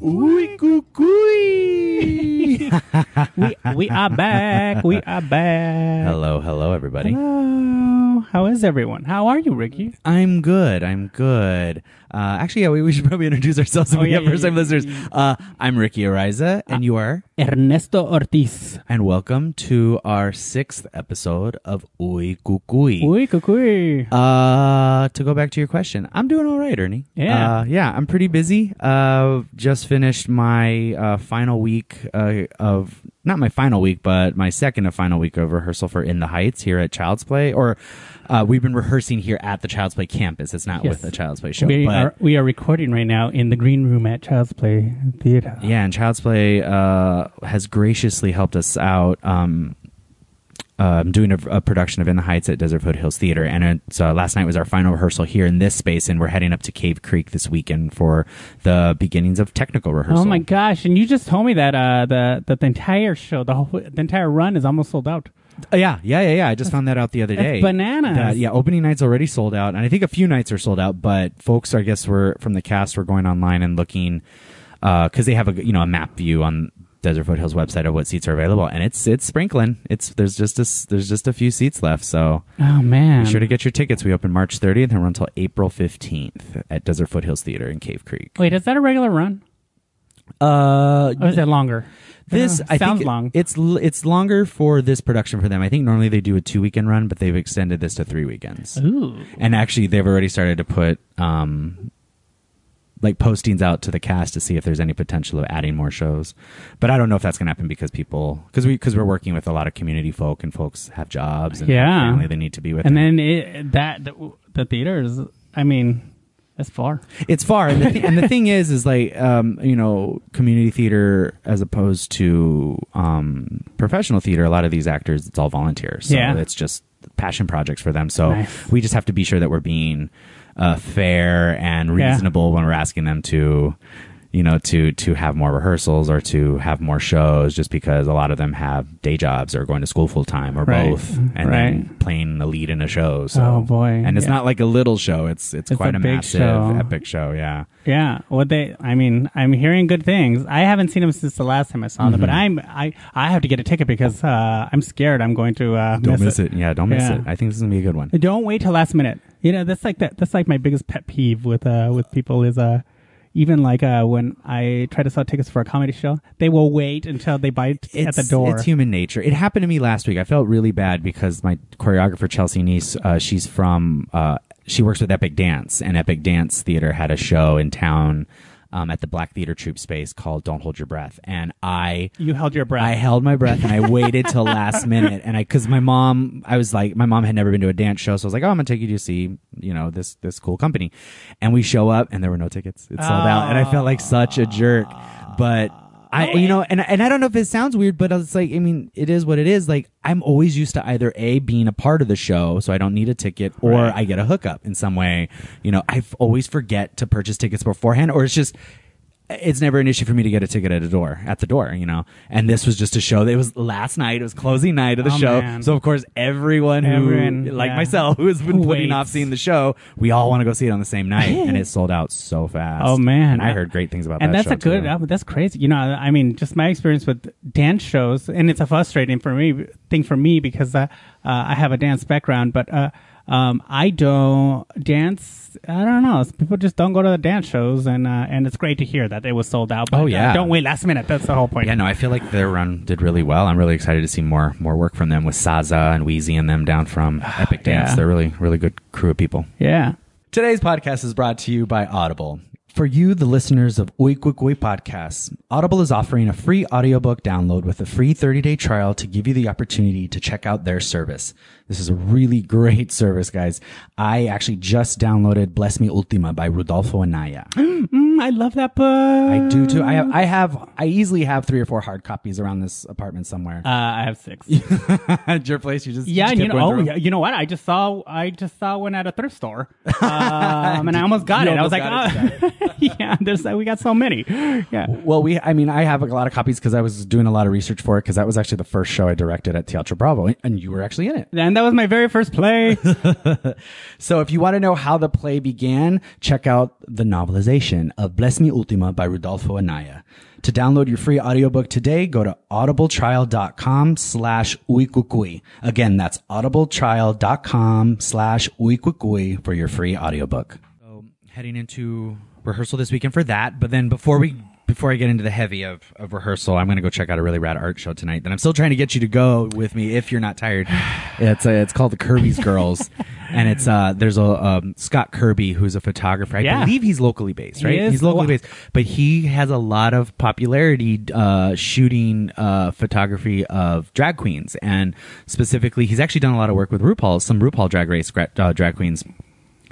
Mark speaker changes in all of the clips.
Speaker 1: Ooey, cuckoo.
Speaker 2: we we are back. We are back.
Speaker 1: hello, hello, everybody.
Speaker 2: Hello. How is everyone? How are you, Ricky?
Speaker 1: I'm good. I'm good. Uh, actually, yeah, we, we should probably introduce ourselves if
Speaker 2: Oh,
Speaker 1: we
Speaker 2: yeah, Ah.
Speaker 1: have
Speaker 2: yeah,
Speaker 1: first-time
Speaker 2: yeah.
Speaker 1: listeners. Uh, I'm Ricky Ariza, and you are,
Speaker 2: Ernesto Ortiz.
Speaker 1: and welcome to our sixth episode of Ooey, cuckoo.
Speaker 2: Uy, cuckoo.
Speaker 1: Uh, to go back to your question, I'm doing all right, Ernie.
Speaker 2: Yeah.
Speaker 1: uh, yeah, I'm pretty busy. Uh, just finished my uh, final week uh, of not my final week, but my second and final week of rehearsal for In the Heights here at Child's Play. Or uh, we've been rehearsing here at the Child's Play campus. It's not
Speaker 2: Yes.
Speaker 1: with the Child's Play show,
Speaker 2: We
Speaker 1: but
Speaker 2: are we are recording right now in the green room at Child's Play Theater.
Speaker 1: yeah, and Child's Play uh, has graciously helped us out. Um, uh, I'm doing a, a production of In the Heights at Desert Foothills Theater, and it's, uh, last night was our final rehearsal here in this space, and we're heading up to Cave Creek this weekend for the beginnings of technical rehearsal.
Speaker 2: Oh my gosh! And you just told me that uh, the that the entire show, the whole the entire run is almost sold out.
Speaker 1: Uh, yeah, yeah, yeah, yeah. I just found that out the other
Speaker 2: that's
Speaker 1: day.
Speaker 2: bananas.
Speaker 1: That- yeah, opening night's already sold out, and I think a few nights are sold out. But folks, I guess were from the cast were going online and looking because they have a you know a map view on Desert Foothills website of what seats are available, and it's it's sprinkling. It's there's just a, s- there's just a few seats left, so
Speaker 2: Oh man!
Speaker 1: be sure to get your tickets. We open March 30th and run until April 15th at Desert Foothills Theater in Cave Creek.
Speaker 2: Wait, is that a regular run?
Speaker 1: Uh,
Speaker 2: Or is it longer?
Speaker 1: this
Speaker 2: Uh,
Speaker 1: I
Speaker 2: sounds
Speaker 1: think
Speaker 2: long.
Speaker 1: It's l- it's longer for this production for them. I think normally they do a two weekend run, but they've extended this to three weekends.
Speaker 2: Ooh.
Speaker 1: And actually, they've already started to put um, like postings out to the cast to see if there's any potential of adding more shows. But I don't know if that's going to happen because people because we because we're working with a lot of community folk and folks have jobs and
Speaker 2: Yeah.
Speaker 1: family they need to be with.
Speaker 2: And then it, that the, the theater is. I mean, that's far.
Speaker 1: it's far and the, th- and the thing is is like um you know community theater as opposed to um professional theater a lot of these actors it's all volunteers so
Speaker 2: Yeah.
Speaker 1: it's just passion projects for them so
Speaker 2: Nice.
Speaker 1: we just have to be sure that we're being uh fair and
Speaker 2: Yeah.
Speaker 1: reasonable when we're asking them to you know to to have more rehearsals or to have more shows just because a lot of them have day jobs or going to school full time or
Speaker 2: Right.
Speaker 1: both and then
Speaker 2: Right.
Speaker 1: playing a lead in a show so
Speaker 2: Oh, boy.
Speaker 1: and it's
Speaker 2: Yeah.
Speaker 1: not like a little show it's it's,
Speaker 2: It's
Speaker 1: quite
Speaker 2: a
Speaker 1: a,
Speaker 2: big
Speaker 1: massive
Speaker 2: show.
Speaker 1: epic show yeah
Speaker 2: Yeah, what they I mean, I'm hearing good things. I haven't seen them since the last time I saw them, but
Speaker 1: Mm-hmm.
Speaker 2: I'm I I have to get a ticket because uh, I'm scared I'm going to uh,
Speaker 1: Don't miss it. Yeah, don't miss
Speaker 2: Yeah.
Speaker 1: it. I think this is gonna be a good one.
Speaker 2: Don't wait till last minute. You know, that's like that that's like my biggest pet peeve with uh with people is uh even like uh when I try to sell tickets for a comedy show, they will wait until they buy it at the door.
Speaker 1: It's human nature. It happened to me last week. I felt really bad because my choreographer Chelsea Nice, uh, she's from, uh, she works with Epic Dance, and Epic Dance Theater had a show in town um, at the Black Theater Troupe space called "Don't Hold Your Breath," and I
Speaker 2: you held your breath.
Speaker 1: I held my breath and I waited till last minute. And I, cause my mom, I was like, my mom had never been to a dance show. So I was like, oh, I'm going to take you to see, you know, this, this cool company. And we show up and there were no tickets. It sold out. And I felt like such a jerk. But I, you know, and, and I don't know if it sounds weird, but it's like, I mean, it is what it is. Like I'm always used to either A, being a part of the show. So I don't need a ticket or
Speaker 2: Right.
Speaker 1: I get a hookup in some way. You know, I f- always forget to purchase tickets beforehand or it's just, it's never an issue for me to get a ticket at a door at the door you know and this was just a show that it was last night it was closing night of the
Speaker 2: Oh,
Speaker 1: show
Speaker 2: man.
Speaker 1: so of course everyone who
Speaker 2: Everyone,
Speaker 1: like
Speaker 2: yeah.
Speaker 1: myself who has been
Speaker 2: Who
Speaker 1: putting
Speaker 2: waits.
Speaker 1: off seeing the show we all want to go see it on the same night and it sold out so fast
Speaker 2: Oh, man.
Speaker 1: and i heard great things about
Speaker 2: and
Speaker 1: that
Speaker 2: that's
Speaker 1: show,
Speaker 2: a good
Speaker 1: too.
Speaker 2: uh, that's crazy you know i mean just my experience with dance shows and it's a frustrating for me thing for me because uh, uh, i have a dance background but uh, um, i don't dance i don't know people just don't go to the dance shows and uh, and it's great to hear that it was sold out but,
Speaker 1: Oh, yeah.
Speaker 2: uh, don't wait last minute that's the whole point
Speaker 1: yeah no i feel like their run did really well i'm really excited to see more more work from them with saza and Wheezy and them down from epic dance
Speaker 2: Yeah.
Speaker 1: they're really really good crew of people
Speaker 2: yeah
Speaker 1: Today's podcast is brought to you by Audible. For you, the listeners of Oi Quick Oi Podcasts, Audible is offering a free audiobook download with a free 30-day trial to give you the opportunity to check out their service. This is a really great service, guys. I actually just downloaded Bless Me Ultima by Rudolfo Anaya.
Speaker 2: Mm, i love that book
Speaker 1: I do too. I have, I have, I easily have three or four hard copies around this apartment somewhere.
Speaker 2: uh, i have six
Speaker 1: At your place, you just
Speaker 2: Yeah,
Speaker 1: just
Speaker 2: and you
Speaker 1: kept
Speaker 2: know,
Speaker 1: going
Speaker 2: oh,
Speaker 1: through 'em?
Speaker 2: yeah, you know what? I just saw, I just saw one at a thrift store, um, and I almost got
Speaker 1: You
Speaker 2: it. I
Speaker 1: almost
Speaker 2: was like, oh, yeah, there's, we got so many. Yeah,
Speaker 1: Well, we, I mean, I have a lot of copies because I was doing a lot of research for it because that was actually the first show I directed at Teatro Bravo, and you were actually in it.
Speaker 2: and that that was my very first play.
Speaker 1: So if you want to know how the play began, check out the novelization of Bless Me Ultima by Rudolfo Anaya. To download your free audiobook today, go to audibletrial.com slash uikukui. Again, that's audibletrial.com slash uikukui for your free audiobook. So um, heading into rehearsal this weekend for that, but then before we before I get into the heavy of, of rehearsal, I'm going to go check out a really rad art show tonight that I'm still trying to get you to go with me if you're not tired. It's uh, it's called the Kirby's Girls, and it's uh there's a um, Scott Kirby who's a photographer. I
Speaker 2: Yeah.
Speaker 1: believe he's locally based,
Speaker 2: He
Speaker 1: right?
Speaker 2: is
Speaker 1: he's locally
Speaker 2: lo-
Speaker 1: based, but he has a lot of popularity uh, shooting uh, photography of drag queens, and specifically, he's actually done a lot of work with RuPaul, some RuPaul Drag Race gra- uh, drag queens.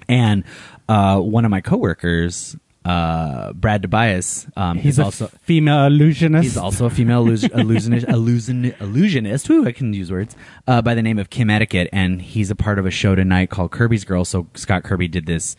Speaker 1: And uh, one of my coworkers, uh, Brad Tobias, um,
Speaker 2: He's
Speaker 1: is
Speaker 2: a
Speaker 1: also
Speaker 2: female illusionist.
Speaker 1: He's also a female illus- illusionist, illusion, illusionist. Woo, I can use words uh, by the name of Kim Etiquette, and he's a part of a show tonight called Kirby's Girl. So Scott Kirby did this.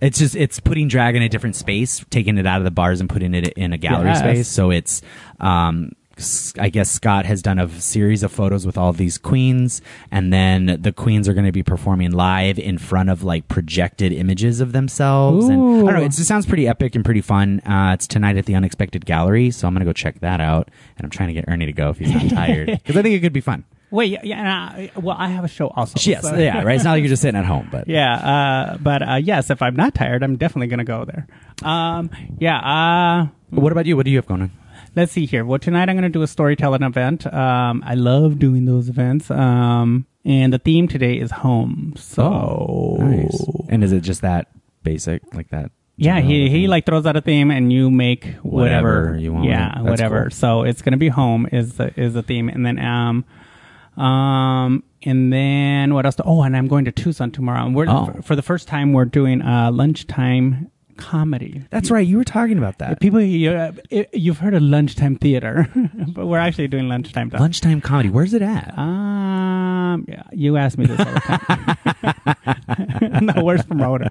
Speaker 1: It's just it's putting drag in a different space, taking it out of the bars and putting it in a gallery
Speaker 2: Yes.
Speaker 1: space. So it's, um, s- I guess Scott has done a series of photos with all these queens, and then the queens are going to be performing live in front of like projected images of themselves. And I don't know,
Speaker 2: Ooh.
Speaker 1: it's it sounds pretty epic and pretty fun. Uh, it's tonight at the Unexpected Gallery, so I'm gonna go check that out. And I'm trying to get Ernie to go if he's not tired because I think it could be fun.
Speaker 2: Wait, yeah, yeah, and I, well, I have a show also.
Speaker 1: Yes,
Speaker 2: so-
Speaker 1: yeah, right. It's not like you're just sitting at home, but
Speaker 2: Yeah, uh, but uh, yes, if I'm not tired, I'm definitely gonna go there. Um, yeah, uh,
Speaker 1: What about you? What do you have going on?
Speaker 2: let's see here. Well, tonight I'm going to do a storytelling event. Um, I love doing those events. Um, and the theme today is home. So,
Speaker 1: Oh, nice. And is it just that basic, like that?
Speaker 2: yeah, he,
Speaker 1: general
Speaker 2: he
Speaker 1: thing?
Speaker 2: like throws out a theme and you make whatever,
Speaker 1: Oh, Whatever you want.
Speaker 2: Yeah,
Speaker 1: That's
Speaker 2: whatever.
Speaker 1: cool.
Speaker 2: So it's going to be home is the, is the theme. And then, um, um, and then what else? Oh, and I'm going to Tucson tomorrow. And we're,
Speaker 1: Oh.
Speaker 2: f- for the first time, we're doing uh, lunchtime comedy.
Speaker 1: That's right. You were talking about that.
Speaker 2: People, you, uh, you've heard of lunchtime theater, but we're actually doing lunchtime. stuff.
Speaker 1: Lunchtime comedy. Where's it at?
Speaker 2: Um, yeah, you asked me this all the time. I'm the worst promoter.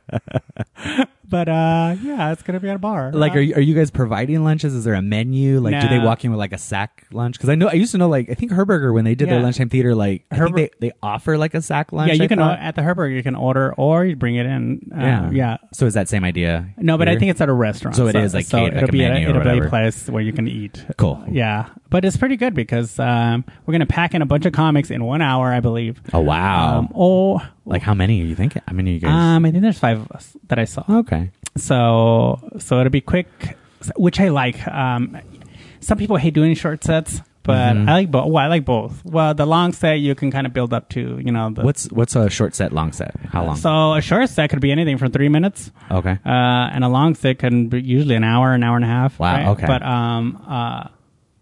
Speaker 2: but uh, yeah, it's gonna be at a bar.
Speaker 1: like, are you, are you guys providing lunches? Is there a menu? Like, do they
Speaker 2: No.
Speaker 1: walk in with like a sack lunch? Because I know I used to know like I think Herberger when they did their
Speaker 2: Yeah.
Speaker 1: lunchtime theater, like I think
Speaker 2: Herber-
Speaker 1: they, they offer like a sack lunch.
Speaker 2: yeah,
Speaker 1: I
Speaker 2: you can
Speaker 1: thought.
Speaker 2: uh, at the Herberg. You can order or you bring it in. Uh, yeah,
Speaker 1: So is that same idea?
Speaker 2: No, but I
Speaker 1: here?
Speaker 2: think it's at a restaurant.
Speaker 1: So it is, like, catered, like
Speaker 2: it'll
Speaker 1: a
Speaker 2: be
Speaker 1: menu or
Speaker 2: a, it'll be
Speaker 1: whatever.
Speaker 2: a place where you can eat.
Speaker 1: Cool.
Speaker 2: Yeah, but it's pretty good because um, we're gonna pack in a bunch of comics in one hour, I believe.
Speaker 1: Oh wow!
Speaker 2: Um, oh,
Speaker 1: like how many are you thinking? How many are you guys?
Speaker 2: um, I think there's five of us that I saw.
Speaker 1: okay.
Speaker 2: So so it'll be quick, which I like. Um, some people hate doing short sets, but
Speaker 1: Mm-hmm.
Speaker 2: I like both. Well, I like both. Well, the long set you can kind of build up to, you know. The,
Speaker 1: What's what's a short set, long set? How long?
Speaker 2: so a short set could be anything from three minutes,
Speaker 1: okay.
Speaker 2: uh, and a long set can be usually an hour, an hour and a half.
Speaker 1: Wow, okay.
Speaker 2: But um, uh,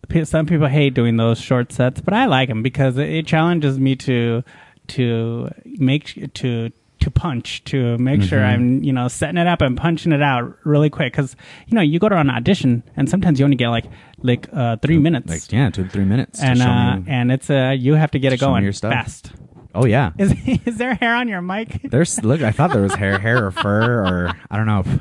Speaker 2: pe- some people hate doing those short sets, but I like them because it, it challenges me to to make to to punch to make sure
Speaker 1: Mm-hmm.
Speaker 2: I'm you know setting it up and punching it out really quick because you know you go to an audition and sometimes you only get like like uh, three minutes
Speaker 1: Like yeah, two to three minutes. to
Speaker 2: and
Speaker 1: show
Speaker 2: uh,
Speaker 1: me-
Speaker 2: and it's uh you have to get it
Speaker 1: show me
Speaker 2: going
Speaker 1: your stuff.
Speaker 2: fast.
Speaker 1: oh yeah.
Speaker 2: Is is there hair on your mic?
Speaker 1: There's look. I thought there was hair, hair or fur or I don't know.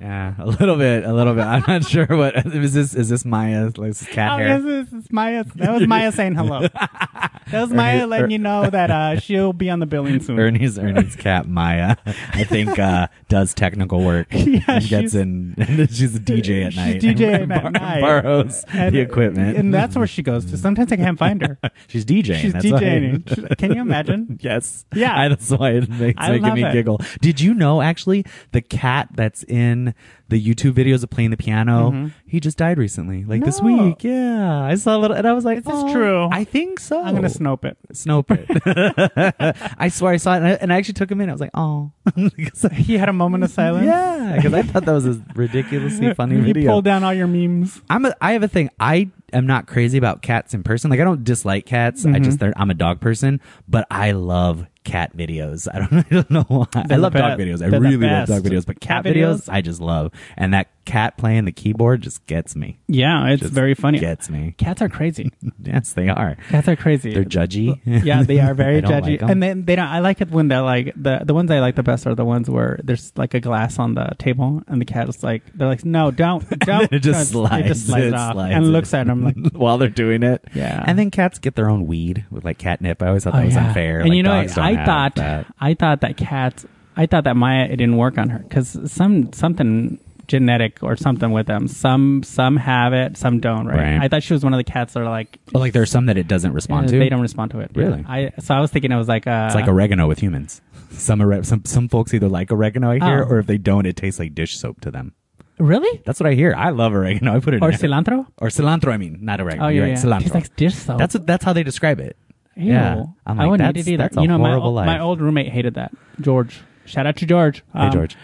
Speaker 1: Yeah, a little bit, a little bit. I'm not sure what is this. Is this Maya's like, this cat
Speaker 2: Oh,
Speaker 1: hair?
Speaker 2: yes, this is Maya. That was Maya saying hello. That was
Speaker 1: Er
Speaker 2: Maya letting you know that uh, she'll be on the billing soon.
Speaker 1: Ernie's Ernie's cat Maya, I think, uh, does technical work.
Speaker 2: Yeah,
Speaker 1: and gets
Speaker 2: she's-
Speaker 1: in. she's a DJ at
Speaker 2: She's
Speaker 1: night.
Speaker 2: DJ
Speaker 1: and
Speaker 2: at night.
Speaker 1: Borrows
Speaker 2: And-
Speaker 1: the equipment.
Speaker 2: and that's where she goes to. Sometimes I can't find her.
Speaker 1: she's DJing.
Speaker 2: She's
Speaker 1: that's why-
Speaker 2: DJing. She- Can you imagine?
Speaker 1: Yes.
Speaker 2: Yeah.
Speaker 1: I, that's why it makes
Speaker 2: I
Speaker 1: making
Speaker 2: love
Speaker 1: me
Speaker 2: it.
Speaker 1: giggle. Did you know actually the cat that's in the YouTube videos of playing the piano? He just died recently, like this
Speaker 2: Mm-hmm. No.
Speaker 1: week. Yeah, I saw a little, and I was like, "Is
Speaker 2: this true?"
Speaker 1: I think so.
Speaker 2: I'm gonna snope it.
Speaker 1: Snope it. I swear I saw it, and I, and I actually took him in. I was like, "Oh." 'Cause I-
Speaker 2: He had a moment of silence.
Speaker 1: yeah, because I thought that was a ridiculously funny
Speaker 2: He
Speaker 1: video.
Speaker 2: pulled down all your memes.
Speaker 1: I'm a, I have a thing. I am not crazy about cats in person. Like I don't dislike cats. I
Speaker 2: Mm-hmm.
Speaker 1: just they're, I'm a dog person, but I love cat videos. I don't I don't know why. I
Speaker 2: the
Speaker 1: love dog
Speaker 2: best.
Speaker 1: videos. I
Speaker 2: They're the
Speaker 1: really love dog
Speaker 2: best.
Speaker 1: videos, but cat
Speaker 2: Cat videos?
Speaker 1: videos I just love. And that cat playing the keyboard just gets me.
Speaker 2: Yeah, it's
Speaker 1: Just
Speaker 2: very funny.
Speaker 1: Gets me.
Speaker 2: Cats are crazy.
Speaker 1: Yes, they are.
Speaker 2: Cats are crazy.
Speaker 1: They're judgy.
Speaker 2: yeah, they are very
Speaker 1: I don't
Speaker 2: judgy.
Speaker 1: like 'em.
Speaker 2: and then they don't. I like it when they're like the the ones I like the best are the ones where there's like a glass on the table and the cat is like they're like no don't don't
Speaker 1: it just
Speaker 2: don't."
Speaker 1: slides.
Speaker 2: it just slides
Speaker 1: it
Speaker 2: off
Speaker 1: slides
Speaker 2: and
Speaker 1: it.
Speaker 2: looks at him like
Speaker 1: while they're doing it.
Speaker 2: Yeah.
Speaker 1: And then cats get their own weed with like catnip. I always thought that
Speaker 2: Oh,
Speaker 1: was
Speaker 2: yeah.
Speaker 1: unfair.
Speaker 2: And
Speaker 1: Like,
Speaker 2: you know,
Speaker 1: dogs
Speaker 2: what?
Speaker 1: don't
Speaker 2: I
Speaker 1: have
Speaker 2: thought
Speaker 1: that.
Speaker 2: I thought that cats. I thought that Maya it didn't work on her because some something genetic or something with them. Some some have it, some don't. Right?
Speaker 1: Right.
Speaker 2: I thought she was one of the cats that are like
Speaker 1: Well, Oh, like there's some that it doesn't respond
Speaker 2: uh,
Speaker 1: to.
Speaker 2: they don't respond to it.
Speaker 1: Really?
Speaker 2: I so I was thinking it was like a,
Speaker 1: It's like oregano with humans. Some ore- some some folks either like oregano, I hear,
Speaker 2: Oh.
Speaker 1: or if they don't, it tastes like dish soap to them.
Speaker 2: really
Speaker 1: That's what I hear. I love oregano. I put it
Speaker 2: or
Speaker 1: in every-
Speaker 2: cilantro.
Speaker 1: or cilantro. I mean, not oregano.
Speaker 2: Oh yeah,
Speaker 1: You're
Speaker 2: yeah.
Speaker 1: right,
Speaker 2: Tastes
Speaker 1: cilantro.
Speaker 2: like dish soap.
Speaker 1: that's what, that's how they describe it.
Speaker 2: Ew.
Speaker 1: yeah. I'm
Speaker 2: I
Speaker 1: like,
Speaker 2: wouldn't
Speaker 1: that's-
Speaker 2: eat it either.
Speaker 1: that's a
Speaker 2: you know, my
Speaker 1: horrible
Speaker 2: old,
Speaker 1: life.
Speaker 2: my old roommate hated that. George, shout out to George. Um,
Speaker 1: Hey, George.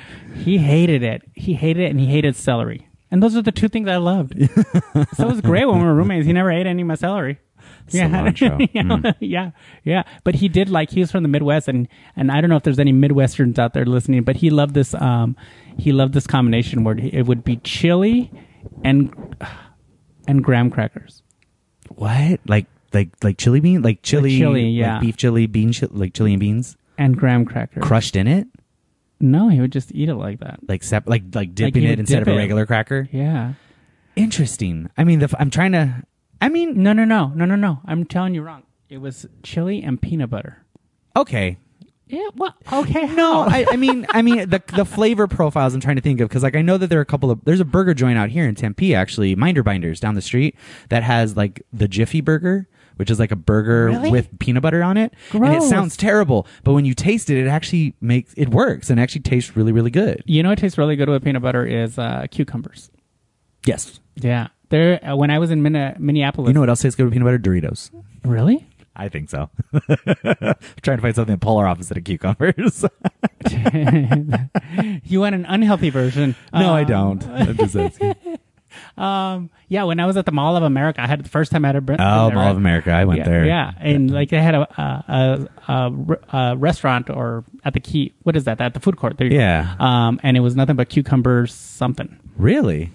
Speaker 2: He hated it. He hated it, and he hated celery. And those are the two things I loved. so it was great when we were roommates. He never ate any of my celery.
Speaker 1: Cilantro.
Speaker 2: yeah, yeah, yeah. But he did like he was from the Midwest, and and I don't know if there's any Midwesterns out there listening, but he loved this. Um, he loved this combination where it would be chili and and graham crackers.
Speaker 1: What? Like like like chili bean? Like chili?
Speaker 2: chili,
Speaker 1: like
Speaker 2: yeah.
Speaker 1: beef chili, bean chi- like chili and beans
Speaker 2: And graham crackers.
Speaker 1: crushed in it,
Speaker 2: No, he would just eat it like that.
Speaker 1: like sep- like like dipping
Speaker 2: you
Speaker 1: it instead
Speaker 2: dip
Speaker 1: of a
Speaker 2: it.
Speaker 1: regular cracker.
Speaker 2: Yeah.
Speaker 1: Interesting. I mean, the, f- I'm trying to. I mean,
Speaker 2: No, no, no, no, no, no. I'm telling you wrong. It was chili and peanut butter.
Speaker 1: okay.
Speaker 2: Yeah. Well, okay.
Speaker 1: No, I, I mean, I mean the the flavor profiles I'm trying to think of because like I know that there are a couple of there's a burger joint out here in Tempe actually, Minder Binders down the street that has like the Jiffy Burger, which is like a burger
Speaker 2: Really?
Speaker 1: with peanut butter on it, and it
Speaker 2: Gross.
Speaker 1: sounds terrible, but when you taste it, it actually makes it works and actually tastes really really good.
Speaker 2: You know what tastes really good with peanut butter is uh, cucumbers.
Speaker 1: Yes,
Speaker 2: Yeah. There. Uh, when I was in Minna- Minneapolis.
Speaker 1: you know what else tastes good with peanut butter? Doritos.
Speaker 2: really?
Speaker 1: I think so. I'm trying to find something polar opposite of cucumbers.
Speaker 2: You want an unhealthy version?
Speaker 1: no, I
Speaker 2: Um,
Speaker 1: don't. I'm just asking.
Speaker 2: Um. Yeah. When I was at the Mall of America, I had the first time I had a. Br-
Speaker 1: Oh, Mall of America. I went
Speaker 2: yeah,
Speaker 1: there.
Speaker 2: Yeah, and like they had a a, a, a, re- a restaurant or at the key. What is that? At the food court. There you go.
Speaker 1: Yeah.
Speaker 2: Um, and it was nothing but cucumbers, something
Speaker 1: Really?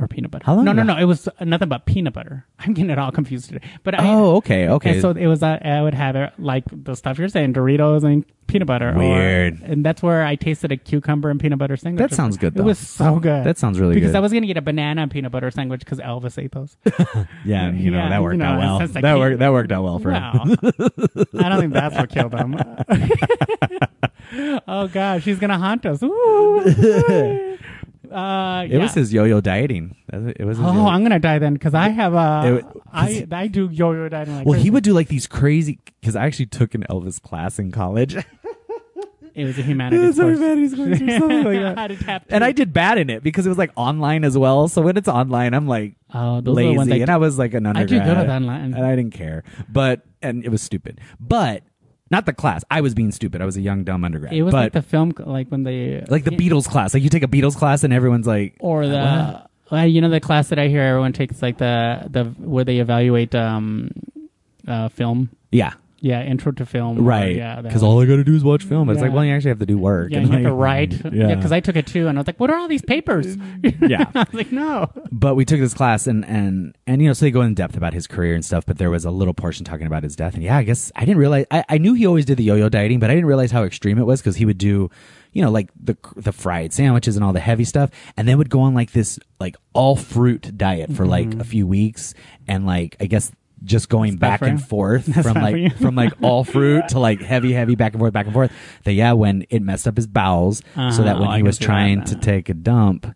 Speaker 2: or peanut butter.
Speaker 1: How long
Speaker 2: No, no,
Speaker 1: ago?
Speaker 2: no. It was nothing but peanut butter. I'm getting it all confused today. But I,
Speaker 1: Oh, okay, okay.
Speaker 2: and so it was. Uh, I would have it like the stuff you're saying, Doritos and peanut butter. or-
Speaker 1: Weird.
Speaker 2: and that's where I tasted a cucumber and peanut butter sandwich.
Speaker 1: That sounds good,
Speaker 2: It
Speaker 1: though.
Speaker 2: was so good.
Speaker 1: That sounds really
Speaker 2: because
Speaker 1: good.
Speaker 2: I was gonna get a banana and peanut butter sandwich because Elvis ate those.
Speaker 1: Yeah, and, you know
Speaker 2: Yeah,
Speaker 1: that
Speaker 2: you
Speaker 1: worked
Speaker 2: know,
Speaker 1: out
Speaker 2: it's
Speaker 1: well.
Speaker 2: just like
Speaker 1: that
Speaker 2: he-
Speaker 1: worked that worked out well for him.
Speaker 2: No. I don't think that's what killed him. oh gosh, she's gonna haunt us. Ooh. Uh,
Speaker 1: It was his yo-yo dieting. That was- It was. His
Speaker 2: Oh,
Speaker 1: yo-yo-
Speaker 2: I'm gonna die then because I have
Speaker 1: It
Speaker 2: a.
Speaker 1: wa-
Speaker 2: I I do yo-yo dieting. Like
Speaker 1: well, he
Speaker 2: crazy.
Speaker 1: would do like these crazy because I actually took an Elvis class in college. It
Speaker 2: It was a
Speaker 1: was
Speaker 2: humanities
Speaker 1: a
Speaker 2: course.
Speaker 1: humanities course or something like
Speaker 2: How
Speaker 1: that.
Speaker 2: to tap
Speaker 1: And I did bad in it because it was like online as well. So when it's online, I'm like
Speaker 2: Oh, those are the
Speaker 1: lazy,
Speaker 2: ones I
Speaker 1: and
Speaker 2: do-
Speaker 1: I was like an
Speaker 2: I do
Speaker 1: undergrad.
Speaker 2: good with online.
Speaker 1: and I didn't care. But and it was stupid. But not the class. I was being stupid. I was a young dumb undergrad.
Speaker 2: It was
Speaker 1: but
Speaker 2: like the film, like when they
Speaker 1: like the Beatles class. Like you take a Beatles class and everyone's like,
Speaker 2: or the uh, you know the class that I hear everyone takes like the the where they evaluate um uh film
Speaker 1: yeah,
Speaker 2: yeah intro to film or-
Speaker 1: right.
Speaker 2: yeah that
Speaker 1: Because all I got to do is watch film. It's like,
Speaker 2: Yeah.
Speaker 1: well, you actually have to do work.
Speaker 2: Yeah,
Speaker 1: and
Speaker 2: you have to
Speaker 1: like-
Speaker 2: write. Yeah,
Speaker 1: Yeah.
Speaker 2: because I took it too, and I was like, "What are all these papers?"
Speaker 1: yeah.
Speaker 2: I was like, "No."
Speaker 1: But we took this class and and and you know, so they go in depth about his career and stuff. But there was a little portion talking about his death. And yeah, I guess I didn't realize. I, I knew he always did the yo-yo dieting, but I didn't realize how extreme it was because he would do, you know, like the the fried sandwiches and all the heavy stuff, and then would go on like this like all fruit diet for like a few weeks, and like I guess just going
Speaker 2: Mm-hmm. bad
Speaker 1: back
Speaker 2: for
Speaker 1: and
Speaker 2: him.
Speaker 1: forth from
Speaker 2: bad for you.
Speaker 1: like from like all fruit to like heavy heavy back and forth back and forth that yeah when it messed up his bowels so that
Speaker 2: Oh,
Speaker 1: when
Speaker 2: I
Speaker 1: he
Speaker 2: can
Speaker 1: was
Speaker 2: see that
Speaker 1: trying
Speaker 2: now.
Speaker 1: to take a dump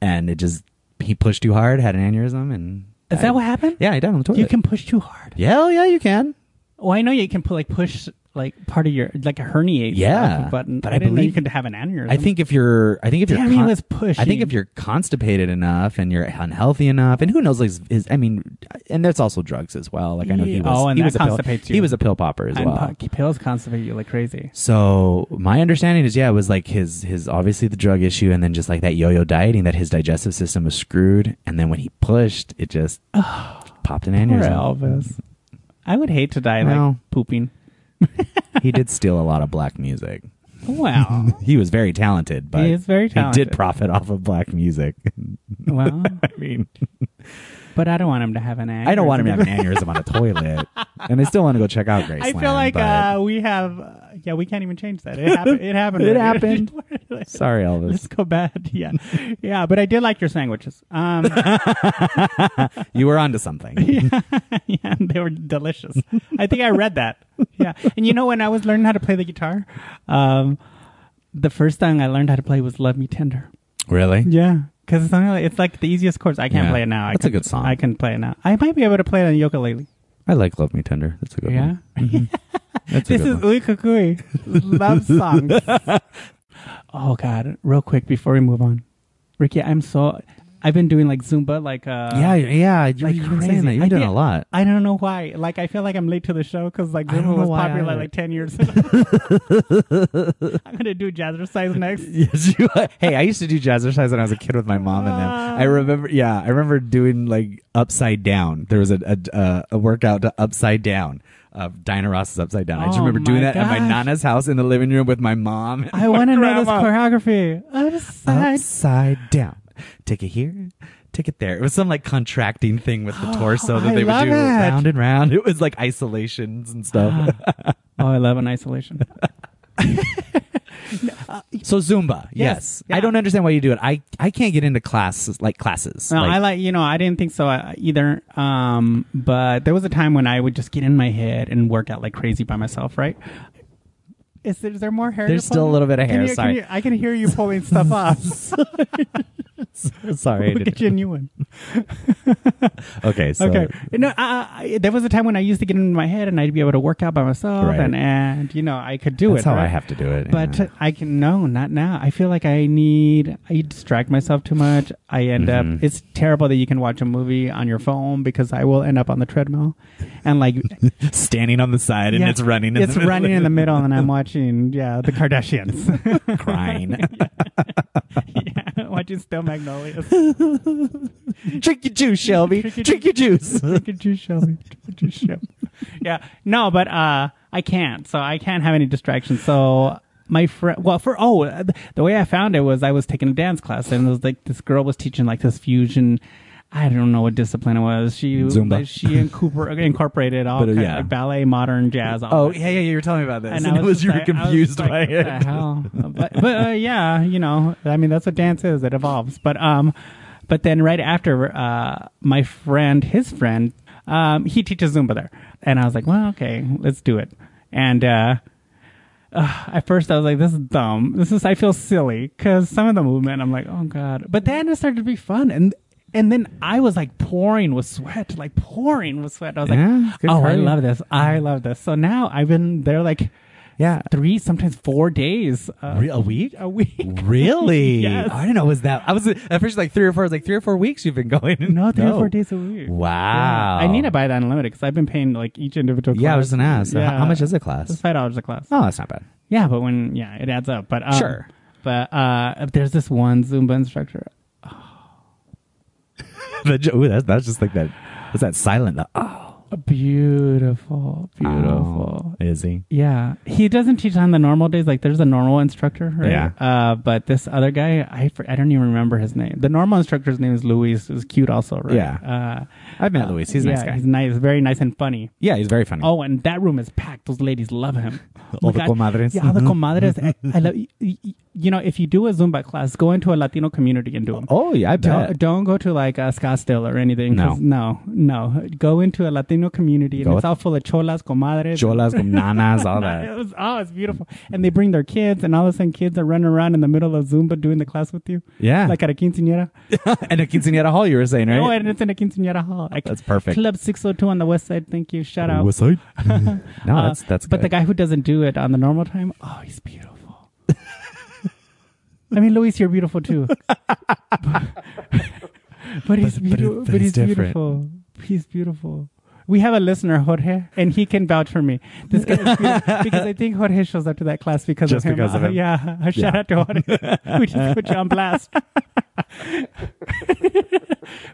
Speaker 1: and it just he pushed too hard, had an aneurysm, and
Speaker 2: Is that what happened?
Speaker 1: yeah, he died on the toilet.
Speaker 2: You can push too hard.
Speaker 1: yeah, oh, yeah, you can.
Speaker 2: Well, I know you can put like push like part of your like a herniate.
Speaker 1: Yeah,
Speaker 2: stuff button.
Speaker 1: but
Speaker 2: I,
Speaker 1: I
Speaker 2: didn't know you
Speaker 1: believe-
Speaker 2: could have an aneurysm.
Speaker 1: I think if you're, I think if
Speaker 2: Damn,
Speaker 1: you're,
Speaker 2: he was pushing.
Speaker 1: I think if you're constipated enough and you're unhealthy enough, and who knows, like, is I mean, and there's also drugs as well. Like I know he
Speaker 2: Yeah.
Speaker 1: was,
Speaker 2: Oh, and
Speaker 1: he
Speaker 2: that
Speaker 1: was a pill,
Speaker 2: constipates you.
Speaker 1: he was a pill popper as
Speaker 2: and
Speaker 1: well.
Speaker 2: pu- pills constipate you like crazy.
Speaker 1: So my understanding is, yeah, it was like his his obviously the drug issue, and then just like that yo-yo dieting, that his digestive system was screwed, and then when he pushed, it just popped an
Speaker 2: Poor
Speaker 1: aneurysm.
Speaker 2: Elvis. I would hate to die like
Speaker 1: Well.
Speaker 2: pooping.
Speaker 1: he did steal a lot of black music.
Speaker 2: Well,
Speaker 1: He was very talented, but
Speaker 2: He is very
Speaker 1: He
Speaker 2: talented.
Speaker 1: did profit off of black music.
Speaker 2: well,
Speaker 1: I mean,
Speaker 2: but I don't want him to have an act.
Speaker 1: I don't want him to have an aneurysm on a toilet, and I still want to go check out Graceland.
Speaker 2: I feel like
Speaker 1: but
Speaker 2: uh, we have. Uh, yeah, we can't even change that. It happened. It happened.
Speaker 1: It
Speaker 2: already.
Speaker 1: sorry,
Speaker 2: Let's
Speaker 1: Elvis.
Speaker 2: go bad. Yeah, yeah. But I did like your sandwiches. Um,
Speaker 1: You were onto something.
Speaker 2: yeah, yeah, they were delicious. I think I read that. Yeah, and you know when I was learning how to play the guitar, um, the first song I learned how to play was "Love Me Tender."
Speaker 1: Really?
Speaker 2: Yeah, because it's only like, it's like the easiest chords. I can't
Speaker 1: Yeah,
Speaker 2: play it now. I
Speaker 1: that's a
Speaker 2: can-
Speaker 1: good song.
Speaker 2: I can play it now. I might be able to play it on ukulele.
Speaker 1: I like "Love Me Tender." That's a good
Speaker 2: Yeah.
Speaker 1: one. That's a
Speaker 2: This
Speaker 1: good
Speaker 2: is
Speaker 1: one.
Speaker 2: Ui Kukui. Love songs. oh God! Real quick before we move on, Ricky, I'm so. I've been doing like Zumba, like uh,
Speaker 1: yeah, yeah. You,
Speaker 2: like
Speaker 1: you've been
Speaker 2: crazy.
Speaker 1: saying that. You've
Speaker 2: I
Speaker 1: done
Speaker 2: did-
Speaker 1: a lot.
Speaker 2: I don't know why. Like I feel like I'm late to the show because like
Speaker 1: I don't
Speaker 2: Zumba
Speaker 1: know
Speaker 2: was
Speaker 1: why
Speaker 2: popular
Speaker 1: either.
Speaker 2: like ten years ago. I'm gonna do jazzercise next.
Speaker 1: Yes, you. Hey, I used to do jazzercise when I was a kid with my mom and them. I remember, yeah, I remember doing like upside down. There was a a, uh, a workout to upside down. Uh, Dinah Ross's upside down. I just
Speaker 2: Oh
Speaker 1: remember doing
Speaker 2: my
Speaker 1: that at my
Speaker 2: gosh.
Speaker 1: nana's house in the living room with my mom. and
Speaker 2: I
Speaker 1: my
Speaker 2: want to know this
Speaker 1: grandma.
Speaker 2: choreography. Upside.
Speaker 1: upside down. Take it here, take it there. It was some like contracting thing with the torso that
Speaker 2: I
Speaker 1: they would
Speaker 2: love
Speaker 1: do
Speaker 2: it.
Speaker 1: round and round. It was like isolations and stuff.
Speaker 2: oh, I love an isolation.
Speaker 1: so Zumba, yes.
Speaker 2: Yes. Yeah.
Speaker 1: I don't understand why you do it. I I can't get into classes like classes.
Speaker 2: No,
Speaker 1: like,
Speaker 2: I like you know I didn't think so uh, either. Um, but there was a time when I would just get in my head and work out like crazy by myself, right? Is there, is there more hair?
Speaker 1: There's
Speaker 2: you're
Speaker 1: still a
Speaker 2: pulling?
Speaker 1: little bit of
Speaker 2: Can
Speaker 1: hair,
Speaker 2: you- can
Speaker 1: sorry.
Speaker 2: you- I can hear you pulling stuff off.
Speaker 1: Sorry. I
Speaker 2: we'll
Speaker 1: didn't-
Speaker 2: get you a new one.
Speaker 1: Okay. So,
Speaker 2: Okay. No, I, I, there was a time when I used to get in my head and I'd be able to work out by myself,
Speaker 1: Right.
Speaker 2: and and you know I could do
Speaker 1: That's
Speaker 2: it.
Speaker 1: how
Speaker 2: right?
Speaker 1: I have to do it.
Speaker 2: But
Speaker 1: yeah.
Speaker 2: I can no, not now. I feel like I need. I distract myself too much. I end
Speaker 1: Mm-hmm.
Speaker 2: up. It's terrible that you can watch a movie on your phone because I will end up on the treadmill, and like
Speaker 1: standing on the side and
Speaker 2: yeah,
Speaker 1: it's running. In
Speaker 2: It's
Speaker 1: the middle.
Speaker 2: running in the middle, and I'm watching yeah the Kardashians,
Speaker 1: crying.
Speaker 2: yeah, watching Still Magnolias.
Speaker 1: Drink your juice, Shelby.
Speaker 2: Drink your
Speaker 1: Drink your juice.
Speaker 2: Look at you, Shelby. Look at you, Shelby. yeah, no, but uh, I can't. So I can't have any distractions. So my friend, well, for oh, uh, th- the way I found it was I was taking a dance class, and it was like this girl was teaching like this fusion. I don't know what discipline it was. She
Speaker 1: Zumba.
Speaker 2: she and Cooper incorporated all
Speaker 1: But, uh,
Speaker 2: kind
Speaker 1: yeah.
Speaker 2: of like ballet, modern jazz. All
Speaker 1: Oh
Speaker 2: that.
Speaker 1: yeah, yeah. You were telling me about this, and,
Speaker 2: I
Speaker 1: it was
Speaker 2: just
Speaker 1: you were
Speaker 2: like- I was
Speaker 1: confused
Speaker 2: like,
Speaker 1: by
Speaker 2: what
Speaker 1: it.
Speaker 2: the hell? but but uh, yeah, you know, I mean, that's what dance is. It evolves. But um, but then right after, uh, my friend, his friend, um, he teaches Zumba there, and I was like, well, okay, let's do it. And uh, uh, at first, I was like, this is dumb. This is I feel silly because some of the movement, I'm like, oh god. But then it started to be fun and. And then I was like pouring with sweat, like pouring with sweat. I was like,
Speaker 1: Yeah, it's good
Speaker 2: "Oh, I
Speaker 1: cardio.
Speaker 2: love this!
Speaker 1: Mm-hmm.
Speaker 2: I love this!" So now I've been there like
Speaker 1: Yeah.
Speaker 2: three, sometimes four days. Uh,
Speaker 1: Re- a week?
Speaker 2: A week.
Speaker 1: Really?
Speaker 2: Yes.
Speaker 1: I didn't know it was that. I was at first like three or four. I was like three or four weeks. You've been going.
Speaker 2: No, three or four days a week.
Speaker 1: Wow.
Speaker 2: Yeah. I need to buy the unlimited because I've been paying like each individual class.
Speaker 1: Yeah, I was gonna ask. so How,
Speaker 2: Yeah.
Speaker 1: how much is a
Speaker 2: It's
Speaker 1: class?
Speaker 2: five dollars a class.
Speaker 1: Oh, that's not bad.
Speaker 2: Yeah, but when yeah, it adds up. But um,
Speaker 1: Sure.
Speaker 2: But uh, there's this one Zumba instructor.
Speaker 1: The jo- Ooh, that's that's just like that. That's that silent. the, oh,
Speaker 2: Beautiful, beautiful.
Speaker 1: Is he?
Speaker 2: Yeah, he doesn't teach on the normal days. Like, there's a normal instructor, right?
Speaker 1: Yeah.
Speaker 2: Uh, but this other guy, I for- I don't even remember his name. The normal instructor's name is Luis. Is cute also, right?
Speaker 1: Yeah.
Speaker 2: Uh,
Speaker 1: I've met Luis. He's a
Speaker 2: yeah,
Speaker 1: nice guy.
Speaker 2: He's nice, very nice and funny.
Speaker 1: yeah, he's very funny.
Speaker 2: Oh, and that room is packed. Those ladies love him. Oh
Speaker 1: All
Speaker 2: my
Speaker 1: the
Speaker 2: God.
Speaker 1: comadres. Mm-hmm.
Speaker 2: Yeah, all the comadres. I, I love. y- y- y- You know, if you do a Zumba class, go into a Latino community and do them.
Speaker 1: Oh, yeah, I bet.
Speaker 2: Don't, don't go to like uh, Scottsdale or anything.
Speaker 1: No.
Speaker 2: 'cause no, no. Go into a Latino community and
Speaker 1: Go
Speaker 2: it's all full of cholas, comadres.
Speaker 1: Cholas, nanas, all
Speaker 2: It
Speaker 1: that.
Speaker 2: was, oh, it's beautiful. And they bring their kids, and all of a sudden, kids are running around in the middle of Zumba doing the class with you.
Speaker 1: Yeah.
Speaker 2: Like at a quinceanera.
Speaker 1: and a quinceanera hall, you were saying,
Speaker 2: Oh,
Speaker 1: right?
Speaker 2: and it's in a quinceanera hall. Like,
Speaker 1: That's perfect.
Speaker 2: Club 602 on the west side. Thank you. Shout out.
Speaker 1: What's up? no,
Speaker 2: Uh,
Speaker 1: that's that's.
Speaker 2: But the
Speaker 1: good.
Speaker 2: guy who doesn't do it on the normal time, oh, he's beautiful. I mean, Luis, you're beautiful too. but he's
Speaker 1: but
Speaker 2: beautiful.
Speaker 1: it-
Speaker 2: But,
Speaker 1: but
Speaker 2: he's
Speaker 1: it's different.
Speaker 2: beautiful. He's beautiful. We have a listener, Jorge, and he can vouch for me. This guy is beautiful because I think Jorge shows up to that class because
Speaker 1: Just
Speaker 2: of him.
Speaker 1: because of
Speaker 2: Uh,
Speaker 1: him.
Speaker 2: yeah, shout out to Jorge. we just put you on blast.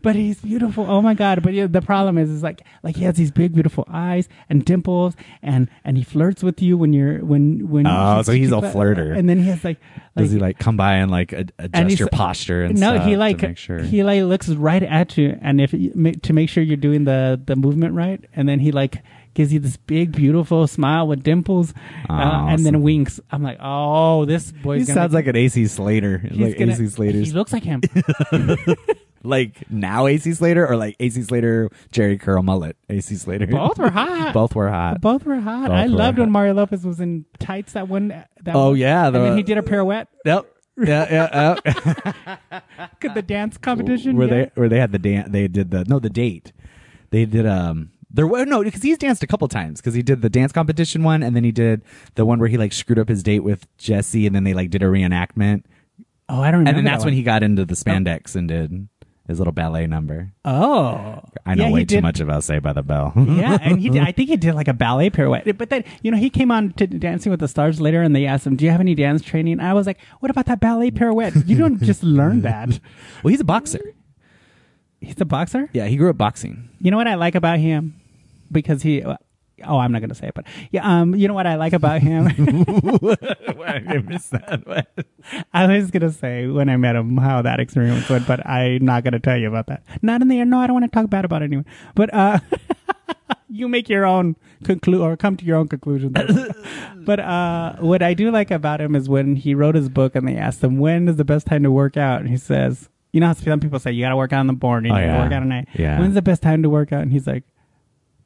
Speaker 2: but he's beautiful. Oh my god! But yeah, the problem is, is like like he has these big beautiful eyes and dimples, and and he flirts with you when you're when when.
Speaker 1: Oh,
Speaker 2: he's-
Speaker 1: so he's a flirter.
Speaker 2: And then he has like, like
Speaker 1: Does he like come by and like ad- adjust
Speaker 2: he's-
Speaker 1: your posture and
Speaker 2: no,
Speaker 1: stuff
Speaker 2: he like
Speaker 1: to make sure?
Speaker 2: he like looks right at you, and if you- ma- to make sure you're doing the the movement right, and then he like gives you this big beautiful smile with dimples, uh, and
Speaker 1: Awesome.
Speaker 2: then winks. I'm like, oh, this boy.
Speaker 1: He sounds like an AC Slater,
Speaker 2: he's
Speaker 1: like
Speaker 2: gonna-
Speaker 1: AC Slater's,
Speaker 2: He looks like him.
Speaker 1: like now AC Slater or like AC Slater Jerry Curl mullet AC Slater.
Speaker 2: Both were hot.
Speaker 1: Both were hot.
Speaker 2: Both were hot.
Speaker 1: Both
Speaker 2: I
Speaker 1: were
Speaker 2: loved
Speaker 1: hot.
Speaker 2: when Mario Lopez was in tights. That one. That
Speaker 1: Oh,
Speaker 2: one.
Speaker 1: yeah, the-
Speaker 2: and then he did a pirouette.
Speaker 1: Yep. Yeah, yeah, yeah.
Speaker 2: Could the dance competition?
Speaker 1: where
Speaker 2: yeah.
Speaker 1: they where they had the dance they did the no the date they did um there were no because he's danced a couple times because he did the dance competition one and then he did the one where he like screwed up his date with Jesse and then they like did a reenactment
Speaker 2: Oh, I don't remember.
Speaker 1: and then
Speaker 2: that
Speaker 1: that's
Speaker 2: one.
Speaker 1: when he got into the spandex and did his little ballet number.
Speaker 2: Oh,
Speaker 1: I know
Speaker 2: Yeah, he
Speaker 1: way too
Speaker 2: did-
Speaker 1: much about Say by the Bell.
Speaker 2: yeah, and he did, I think he did like a ballet pirouette. But then, you know, he came on to Dancing with the Stars later and they asked him, Do you have any dance training? I was like, What about that ballet pirouette? You don't just learn that.
Speaker 1: well, he's a boxer.
Speaker 2: He's a boxer?
Speaker 1: Yeah, he grew up boxing.
Speaker 2: You know what I like about him? Because he, oh, I'm not going to say it, but yeah, um, you know what I like about him? I was going to say when I met him how that experience went, but I'm not going to tell you about that. Not in the air. No, I don't want to talk bad about anyone. But, uh, you make your own conclude or come to your own conclusion. but uh, what I do like about him is when he wrote his book and they asked him when is the best time to work out, and he says, you know, how some people say you got to work out in the morning,
Speaker 1: Oh,
Speaker 2: you got
Speaker 1: yeah.
Speaker 2: to work out at night.
Speaker 1: Yeah.
Speaker 2: When's the best time to work out? And he's like,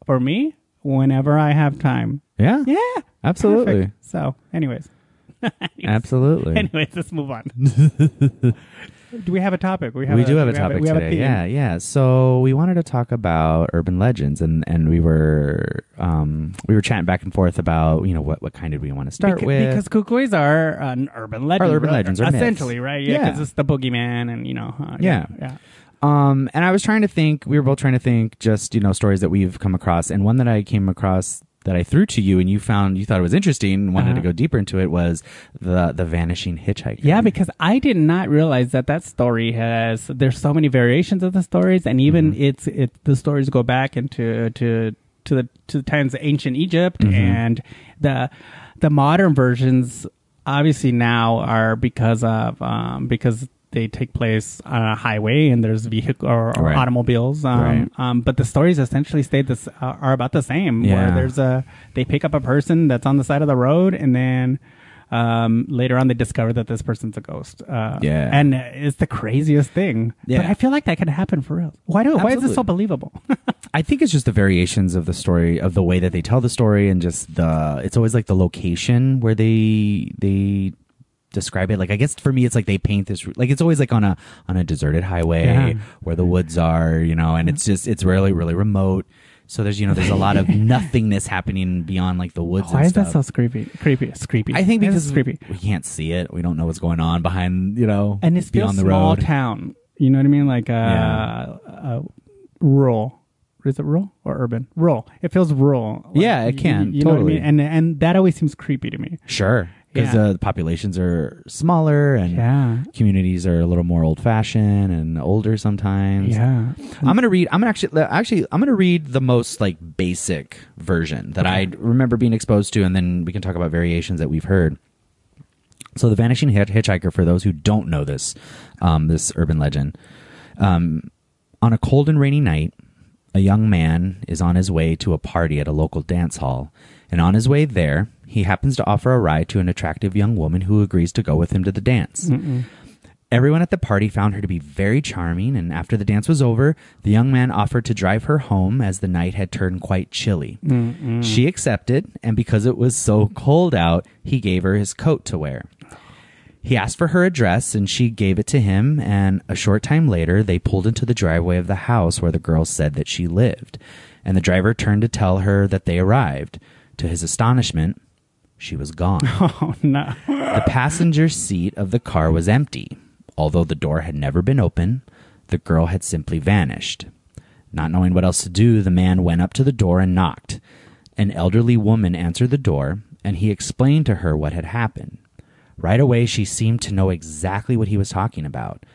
Speaker 2: for me, whenever I have time.
Speaker 1: Yeah,
Speaker 2: Yeah,
Speaker 1: Absolutely.
Speaker 2: perfect. So, anyways,
Speaker 1: absolutely.
Speaker 2: anyways, let's move on. do we have a topic? We have
Speaker 1: we do have a
Speaker 2: we
Speaker 1: topic
Speaker 2: we have a
Speaker 1: today.
Speaker 2: theme.
Speaker 1: yeah, yeah. So we wanted to talk about urban legends, and and we were um we were chatting back and forth about you know what what kind did we want to start
Speaker 2: Beca-
Speaker 1: with
Speaker 2: because Kukuis are an urban legend,
Speaker 1: urban
Speaker 2: right?
Speaker 1: legends, or myths.
Speaker 2: essentially, right? Yeah, because
Speaker 1: Yeah.
Speaker 2: it's the boogeyman, and you know, uh,
Speaker 1: Yeah.
Speaker 2: yeah,
Speaker 1: Um, and I was trying to think, we were both trying to think just, you know, stories that we've come across. And one that I came across that I threw to you and you found, you thought it was interesting and wanted to
Speaker 2: Uh-huh.
Speaker 1: go deeper into it was the, the vanishing hitchhiker.
Speaker 2: yeah. Because I did not realize that that story has. There's so many variations of the stories, and even
Speaker 1: Mm-hmm.
Speaker 2: it's it the stories go back into to to the to the times of ancient Egypt
Speaker 1: Mm-hmm.
Speaker 2: and the the modern versions. Obviously, now are because of um, because they take place on a highway and there's vehicle or, or
Speaker 1: Right.
Speaker 2: automobiles. Um,
Speaker 1: Right.
Speaker 2: um, but the stories essentially stay this uh, are about the same.
Speaker 1: Yeah.
Speaker 2: Where there's a they pick up a person that's on the side of the road, and then um, later on they discover that this person's a ghost. Uh,
Speaker 1: Yeah.
Speaker 2: and it's the craziest thing.
Speaker 1: Yeah.
Speaker 2: but I feel like that could happen for real. Why do? Why is this
Speaker 1: Absolutely.
Speaker 2: so believable?
Speaker 1: I think it's just the variations of the story, of the way that they tell the story, and just the. It's always like the location where they they describe it. Like I guess for me, it's like they paint this. Like it's always like on a on a deserted highway
Speaker 2: Yeah.
Speaker 1: where the woods are, you know, and it's just it's really really remote. So there's you know there's a lot of nothingness happening beyond like the woods.
Speaker 2: why
Speaker 1: and
Speaker 2: is that
Speaker 1: stuff.
Speaker 2: so creepy? Creepy. It's creepy.
Speaker 1: I think because
Speaker 2: it's creepy.
Speaker 1: we can't see it, we don't know what's going on behind you know,
Speaker 2: and it's still
Speaker 1: beyond the
Speaker 2: small
Speaker 1: road.
Speaker 2: town. You know what I mean? Like uh,
Speaker 1: Yeah.
Speaker 2: uh, rural. Is it rural or urban? Rural. It feels rural. Like,
Speaker 1: Yeah, it
Speaker 2: you-
Speaker 1: can,
Speaker 2: You, know what I
Speaker 1: totally.
Speaker 2: mean? And and that always seems creepy to me.
Speaker 1: Sure. Because
Speaker 2: Yeah.
Speaker 1: uh, the populations are smaller and
Speaker 2: Yeah.
Speaker 1: communities are a little more old fashioned and older sometimes.
Speaker 2: Yeah.
Speaker 1: I'm gonna read. I'm gonna actually actually I'm gonna read the most like basic version that I remember being exposed to, and then we can talk about variations that we've heard. So, the vanishing hitch- hitchhiker, for those who don't know this, um, this urban legend, um, on a cold and rainy night, a young man is on his way to a party at a local dance hall, and on his way there, he happens to offer a ride to an attractive young woman who agrees to go with him to the dance. Everyone at the party found her to be very charming, and after the dance was over, the young man offered to drive her home as the night had turned quite chilly. She accepted, and because it was so cold out, he gave her his coat to wear. He asked for her address, and she gave it to him, and a short time later, they pulled into the driveway of the house where the girl said that she lived, and the driver turned to tell her that they arrived. To his astonishment, she was gone.
Speaker 2: Oh no.
Speaker 1: The passenger seat of the car was empty. Although the door had never been open, the girl had simply vanished. Not knowing what else to do, the man went up to the door and knocked. An elderly woman answered the door, and he explained to her what had happened. Right away, she seemed to know exactly what he was talking about.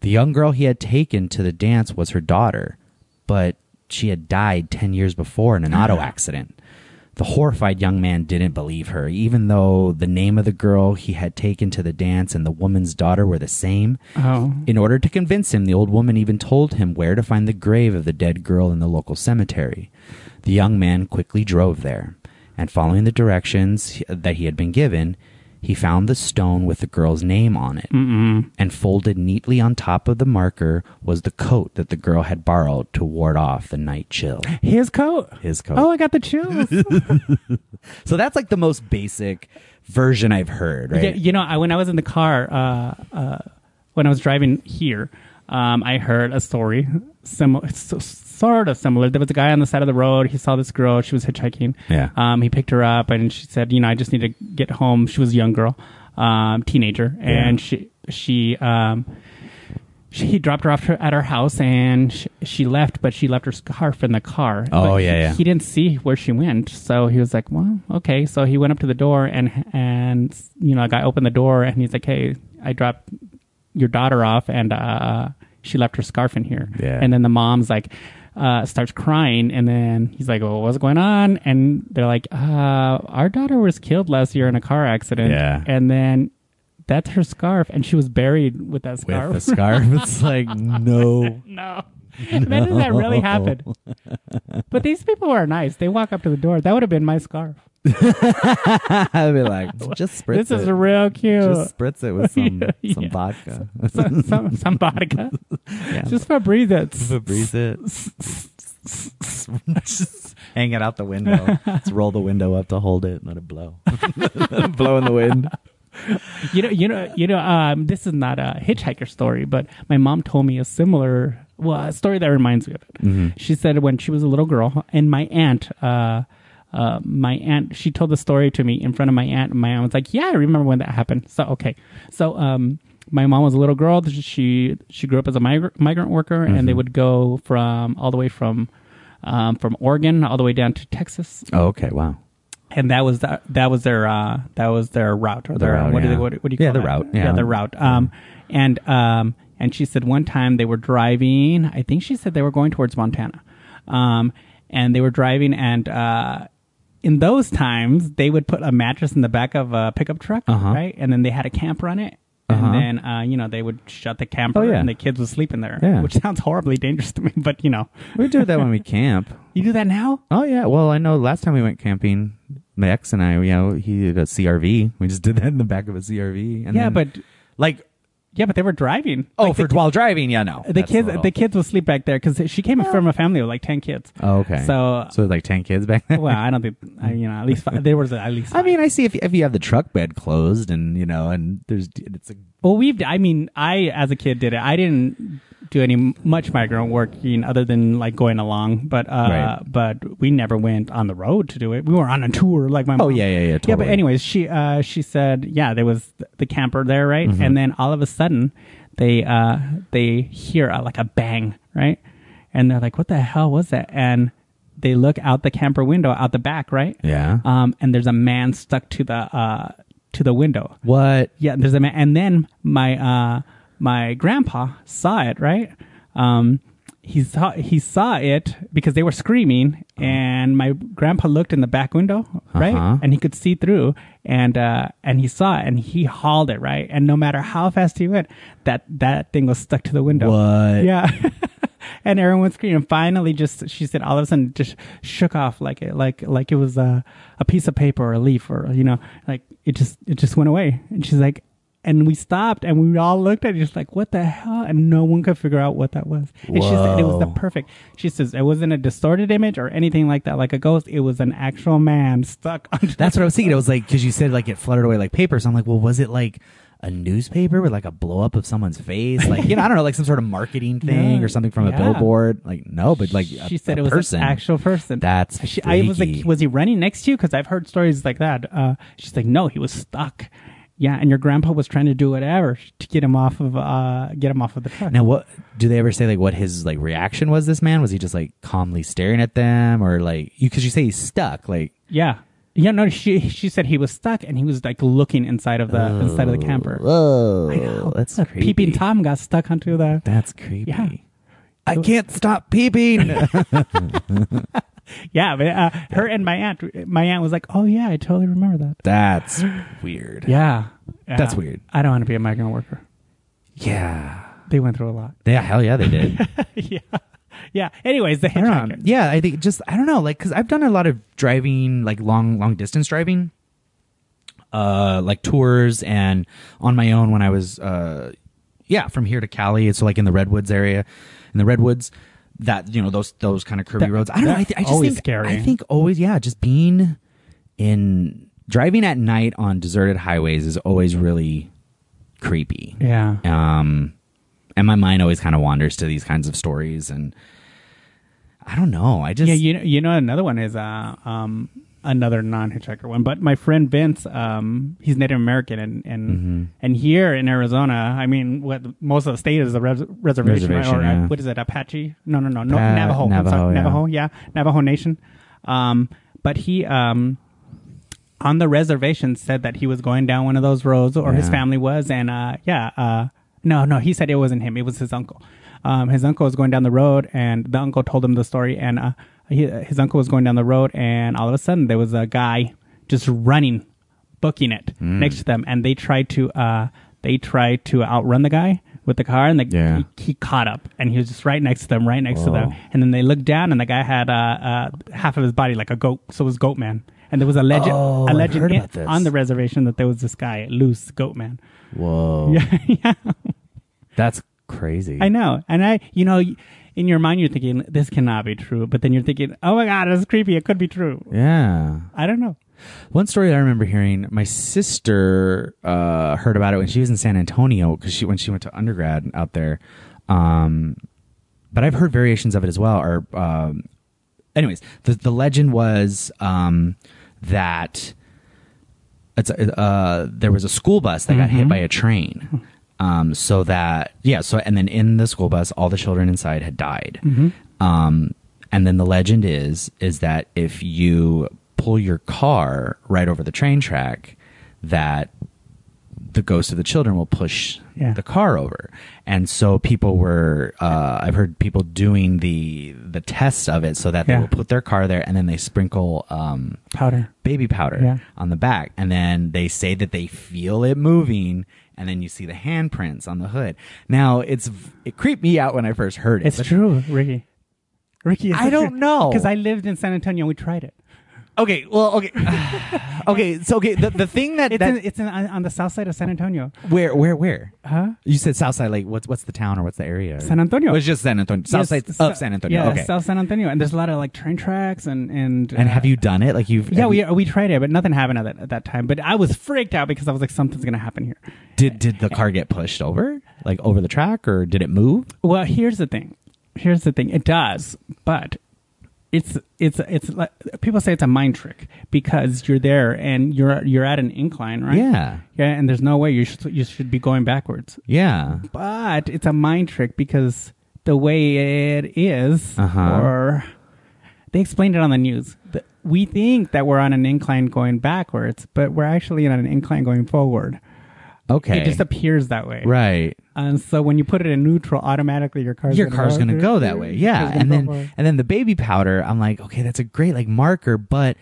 Speaker 1: The young girl he had taken to the dance was her daughter, but she had died 10 years before in an auto accident. The horrified young man didn't believe her, even though the name of the girl he had taken to the dance and the woman's daughter were the same.
Speaker 2: Oh.
Speaker 1: In order to convince him, the old woman even told him where to find the grave of the dead girl in the local cemetery. The young man quickly drove there, and following the directions he- that he had been given, he found the stone with the girl's name on it,
Speaker 2: Mm-hmm.
Speaker 1: and folded neatly on top of the marker was the coat that the girl had borrowed to ward off the night chill.
Speaker 2: His coat.
Speaker 1: His coat.
Speaker 2: Oh, I got the chills.
Speaker 1: So that's like the most basic version I've heard, right?
Speaker 2: Yeah, you know, I, when I was in the car, uh, uh, when I was driving here, um, I heard a story similar, sort of similar. There was a guy on the side of the road. He saw this girl. She was hitchhiking.
Speaker 1: Yeah.
Speaker 2: Um, he picked her up, and she said, "You know, I just need to get home." She was a young girl, um, teenager, and
Speaker 1: Yeah.
Speaker 2: she she um, she he dropped her off her- at her house, and she, she left, but she left her scarf in the car.
Speaker 1: Oh, yeah,
Speaker 2: But he-
Speaker 1: yeah.
Speaker 2: He didn't see where she went, so he was like, "Well, okay." So he went up to the door, and and you know, a guy opened the door, and he's like, "Hey, I dropped your daughter off, and uh, she left her scarf in here."
Speaker 1: Yeah.
Speaker 2: And then the mom's like. Uh, starts crying and then he's like, "Well, what's going on?" And they're like, uh, "Our daughter was killed last year in a car accident."
Speaker 1: Yeah.
Speaker 2: And then that's her scarf, and she was buried with that
Speaker 1: With
Speaker 2: scarf.
Speaker 1: the scarf. It's like, no.
Speaker 2: No. Imagine that really happened. But these people are nice. They walk up to the door. That would have been my scarf.
Speaker 1: I'd be like, just spritz
Speaker 2: This is
Speaker 1: it.
Speaker 2: real cute.
Speaker 1: just spritz it with some,
Speaker 2: Yeah,
Speaker 1: some
Speaker 2: yeah.
Speaker 1: vodka.
Speaker 2: some, some, some vodka.
Speaker 1: Yeah.
Speaker 2: Just for breathe it.
Speaker 1: Febreze it. just hang it out the window. Just roll the window up to hold it, let it blow. blow in the wind.
Speaker 2: You know, you know, you know. Um, this is not a hitchhiker story, but my mom told me a similar, well, a story that reminds me of it. She said when she was a little girl, and my aunt, uh, uh, my aunt, she told the story to me in front of my aunt, and my aunt was like, "Yeah, I remember when that happened." So okay, so um, my mom was a little girl. She she grew up as a migrant migrant worker, and they would go from all the way from. Um, from Oregon all the way down to Texas,
Speaker 1: Oh, okay, wow.
Speaker 2: and that was the, that was their uh, that was their route or
Speaker 1: The
Speaker 2: their
Speaker 1: route,
Speaker 2: what do
Speaker 1: yeah.
Speaker 2: they, what, what do you
Speaker 1: Yeah, the
Speaker 2: call that?
Speaker 1: route,
Speaker 2: yeah.
Speaker 1: yeah.
Speaker 2: the route um and um and she said one time they were driving I think she said they were going towards Montana um and they were driving and uh in those times they would put a mattress in the back of a pickup truck
Speaker 1: Uh-huh.
Speaker 2: right and then they had a camper on it. And
Speaker 1: Uh-huh.
Speaker 2: then uh, you know they would shut the camper,
Speaker 1: Oh, yeah.
Speaker 2: and the kids would sleep in there,
Speaker 1: Yeah.
Speaker 2: which sounds horribly dangerous to me. But you know,
Speaker 1: We do that when we camp.
Speaker 2: you do that now.
Speaker 1: Oh yeah. Well, I know last time we went camping, my ex and I, you know, he did a CRV. We just did that in the back of a CRV. And
Speaker 2: Yeah,
Speaker 1: then-
Speaker 2: but-
Speaker 1: like,
Speaker 2: Yeah, but they were driving.
Speaker 1: oh, for while driving, yeah, no,
Speaker 2: the
Speaker 1: That's a
Speaker 2: kids
Speaker 1: little-
Speaker 2: the kids will sleep back there because she came from a family of like 10 kids
Speaker 1: Oh, okay.
Speaker 2: so
Speaker 1: so like ten kids back then.
Speaker 2: well i don't think I, you know at least five, there was at least
Speaker 1: I
Speaker 2: five.
Speaker 1: mean, I see if if you have the truck bed closed and you know, and there's it's a
Speaker 2: well we've i mean i as a kid did it i didn't do any much migrant working other than like going along but uh
Speaker 1: Right.
Speaker 2: but we never went on the road to do it we were on a tour like my
Speaker 1: Oh,
Speaker 2: mom.
Speaker 1: yeah, yeah, yeah,
Speaker 2: yeah but
Speaker 1: totally.
Speaker 2: anyways she uh she said yeah there was th- the camper there right
Speaker 1: Mm-hmm.
Speaker 2: and then all of a sudden they uh they hear uh, like a bang right and they're like what the hell was that and they look out the camper window out the back right
Speaker 1: yeah.
Speaker 2: um and there's a man stuck to the uh to the window
Speaker 1: what?
Speaker 2: yeah, there's a man, and then my uh, my grandpa saw it, right? Um, he saw he saw it because they were screaming, and my grandpa looked in the back window, right,
Speaker 1: Uh-huh.
Speaker 2: and he could see through, and uh, and he saw it, and he hauled it, right, and no matter how fast he went, that that thing was stuck to the window.
Speaker 1: What?
Speaker 2: Yeah. And everyone was screaming. Finally, just she said, all of a sudden, just shook off like it, like like it was a a piece of paper or a leaf or you know, like it just it just went away. And she's like, and we stopped and we all looked at it, just like, what the hell? And no one could figure out what that was. And she said it was the
Speaker 1: Whoa.
Speaker 2: perfect. She says it wasn't a distorted image or anything like that, like a ghost. It was an actual man stuck onto.
Speaker 1: That's what I was thinking. It was like because you said like it fluttered away like paper. So I'm like, well, was it like a newspaper with like a blow up of someone's face? Like you know, I don't know, like some sort of marketing thing
Speaker 2: Yeah.
Speaker 1: or something from a
Speaker 2: Yeah.
Speaker 1: billboard. Like no, but like a-
Speaker 2: she said
Speaker 1: a
Speaker 2: it was
Speaker 1: person.
Speaker 2: an actual person.
Speaker 1: That's
Speaker 2: she, I was like,
Speaker 1: freaky.
Speaker 2: was he running next to you? Because I've heard stories like that. Uh, she's like, no, he was stuck. Yeah, and your grandpa was trying to do whatever to get him off of uh, get him off of the truck.
Speaker 1: Now, what do they ever say? Like, what his like reaction was? This man was he just like calmly staring at them, or like you? Because you say he's stuck. Like,
Speaker 2: Yeah, Yeah, no, she she said he was stuck and he was like looking inside of the inside of the camper.
Speaker 1: Whoa, Oh, that's
Speaker 2: Uh,
Speaker 1: creepy.
Speaker 2: Peeping Tom got stuck onto the.
Speaker 1: That's creepy.
Speaker 2: Yeah.
Speaker 1: I can't stop peeping.
Speaker 2: Yeah, but uh, her and my aunt, my aunt was like, "Oh yeah, I totally remember that."
Speaker 1: that's weird.
Speaker 2: Yeah, Yeah.
Speaker 1: That's weird.
Speaker 2: I don't want to be a migrant worker.
Speaker 1: Yeah.
Speaker 2: They went through a lot.
Speaker 1: Yeah, hell yeah, they did.
Speaker 2: yeah, yeah. Anyways, the
Speaker 1: I don't know.
Speaker 2: hitchhiker.
Speaker 1: Yeah, I think just I don't know, like because I've done a lot of driving, like long long distance driving, uh, like tours and on my own when I was uh, yeah, from here to Cali. It's like in the redwoods area, in the redwoods. That you know those those kind of curvy
Speaker 2: That-
Speaker 1: roads. I don't know. I, th- I
Speaker 2: that's
Speaker 1: just
Speaker 2: always
Speaker 1: think
Speaker 2: scary.
Speaker 1: I think always yeah, just being in driving at night on deserted highways is always really creepy
Speaker 2: Yeah.
Speaker 1: um and my mind always kind of wanders to these kinds of stories and i don't know i just
Speaker 2: yeah, you know, you know, another one is uh, um, another non-hitchhiker one. But my friend Vince, um, he's Native American, and and,
Speaker 1: Mm-hmm.
Speaker 2: and here in Arizona, I mean, what most of the state is a res- reservation, right?
Speaker 1: Reservation,
Speaker 2: or
Speaker 1: yeah.
Speaker 2: uh, what is it, Apache? No, no, no, no
Speaker 1: Uh,
Speaker 2: Navajo, I'm sorry,
Speaker 1: Navajo, yeah.
Speaker 2: Navajo, yeah, Navajo Nation. Um, but he, um, on the reservation, said that he was going down one of those roads, or his
Speaker 1: Yeah.
Speaker 2: family was, and uh, yeah, uh, no, no, he said it wasn't him; it was his uncle. Um, his uncle was going down the road, and the uncle told him the story, and uh, he, his uncle was going down the road, and all of a sudden there was a guy just running, booking it
Speaker 1: Mm.
Speaker 2: next to them, and they tried to uh, they tried to outrun the guy with the car, and the,
Speaker 1: Yeah.
Speaker 2: he, he caught up, and he was just right next to them, right next to
Speaker 1: Whoa.
Speaker 2: them, and then they looked down, and the guy had uh, uh, half of his body like a goat, so it was goat man. And there was a legend,
Speaker 1: Oh,
Speaker 2: a
Speaker 1: I've
Speaker 2: legend
Speaker 1: heard
Speaker 2: in-
Speaker 1: about this.
Speaker 2: on the reservation that there was this guy, loose goat man.
Speaker 1: whoa
Speaker 2: Yeah, yeah,
Speaker 1: that's crazy
Speaker 2: I know. And I, you know, in your mind you're thinking this cannot be true, but then you're thinking, oh my god, it's creepy. It could be true.
Speaker 1: yeah
Speaker 2: I don't know.
Speaker 1: one story i remember hearing my sister uh heard about it when she was in san antonio because she when she went to undergrad out there um but i've heard variations of it as well or um anyways the the legend was um that it's uh, there was a school bus that got hit by a train. Um, so that yeah, so and then in the school bus, all the children inside had died. Um, and then the legend is is that if you pull your car right over the train track, that the ghosts of the children will push
Speaker 2: Yeah.
Speaker 1: the car over. And so people were uh, I've heard people doing the the test of it so that
Speaker 2: Yeah.
Speaker 1: they will put their car there and then they sprinkle um,
Speaker 2: Powder.
Speaker 1: baby powder
Speaker 2: Yeah.
Speaker 1: on the back and then they say that they feel it moving and then you see the handprints on the hood now it's it creeped me out when i first heard it
Speaker 2: It's
Speaker 1: but-
Speaker 2: true, Ricky. Ricky, it's
Speaker 1: I don't know.
Speaker 2: because I lived in San Antonio. We tried it.
Speaker 1: okay well okay okay so okay the, the thing that,
Speaker 2: It's
Speaker 1: that
Speaker 2: in, it's in, on on the south side of San Antonio.
Speaker 1: where where where
Speaker 2: Huh?
Speaker 1: you said Southside, like what's what's the town or what's the area?
Speaker 2: San Antonio.
Speaker 1: It was just San Antonio. Southside
Speaker 2: Yes,
Speaker 1: of
Speaker 2: so-
Speaker 1: San Antonio.
Speaker 2: Yeah,
Speaker 1: okay.
Speaker 2: South San Antonio, and there's a lot of like train tracks and and
Speaker 1: and
Speaker 2: uh,
Speaker 1: have you done it? Like you've
Speaker 2: Yeah,
Speaker 1: have
Speaker 2: we
Speaker 1: you-
Speaker 2: we tried it, but nothing happened at that at that time. But I was freaked out because I was like, something's gonna happen here.
Speaker 1: did did the car get pushed over, like over the track, or did it move?
Speaker 2: Well, here's the thing. Here's the thing. It does, but it's it's it's like people say it's a mind trick because you're there and you're you're at an incline, right?
Speaker 1: Yeah,
Speaker 2: Yeah, and there's no way you should you should be going backwards.
Speaker 1: yeah.
Speaker 2: But it's a mind trick because the way it is,
Speaker 1: Uh-huh.
Speaker 2: or they explained it on the news. The- We think that we're on an incline going backwards, but we're actually on an incline going forward.
Speaker 1: Okay,
Speaker 2: It just appears that way.
Speaker 1: right.
Speaker 2: And so when you put it in neutral, automatically your car's
Speaker 1: your car's going to go that way. Yeah. And then
Speaker 2: and
Speaker 1: and then the baby powder, I'm like, okay, that's a great like marker, but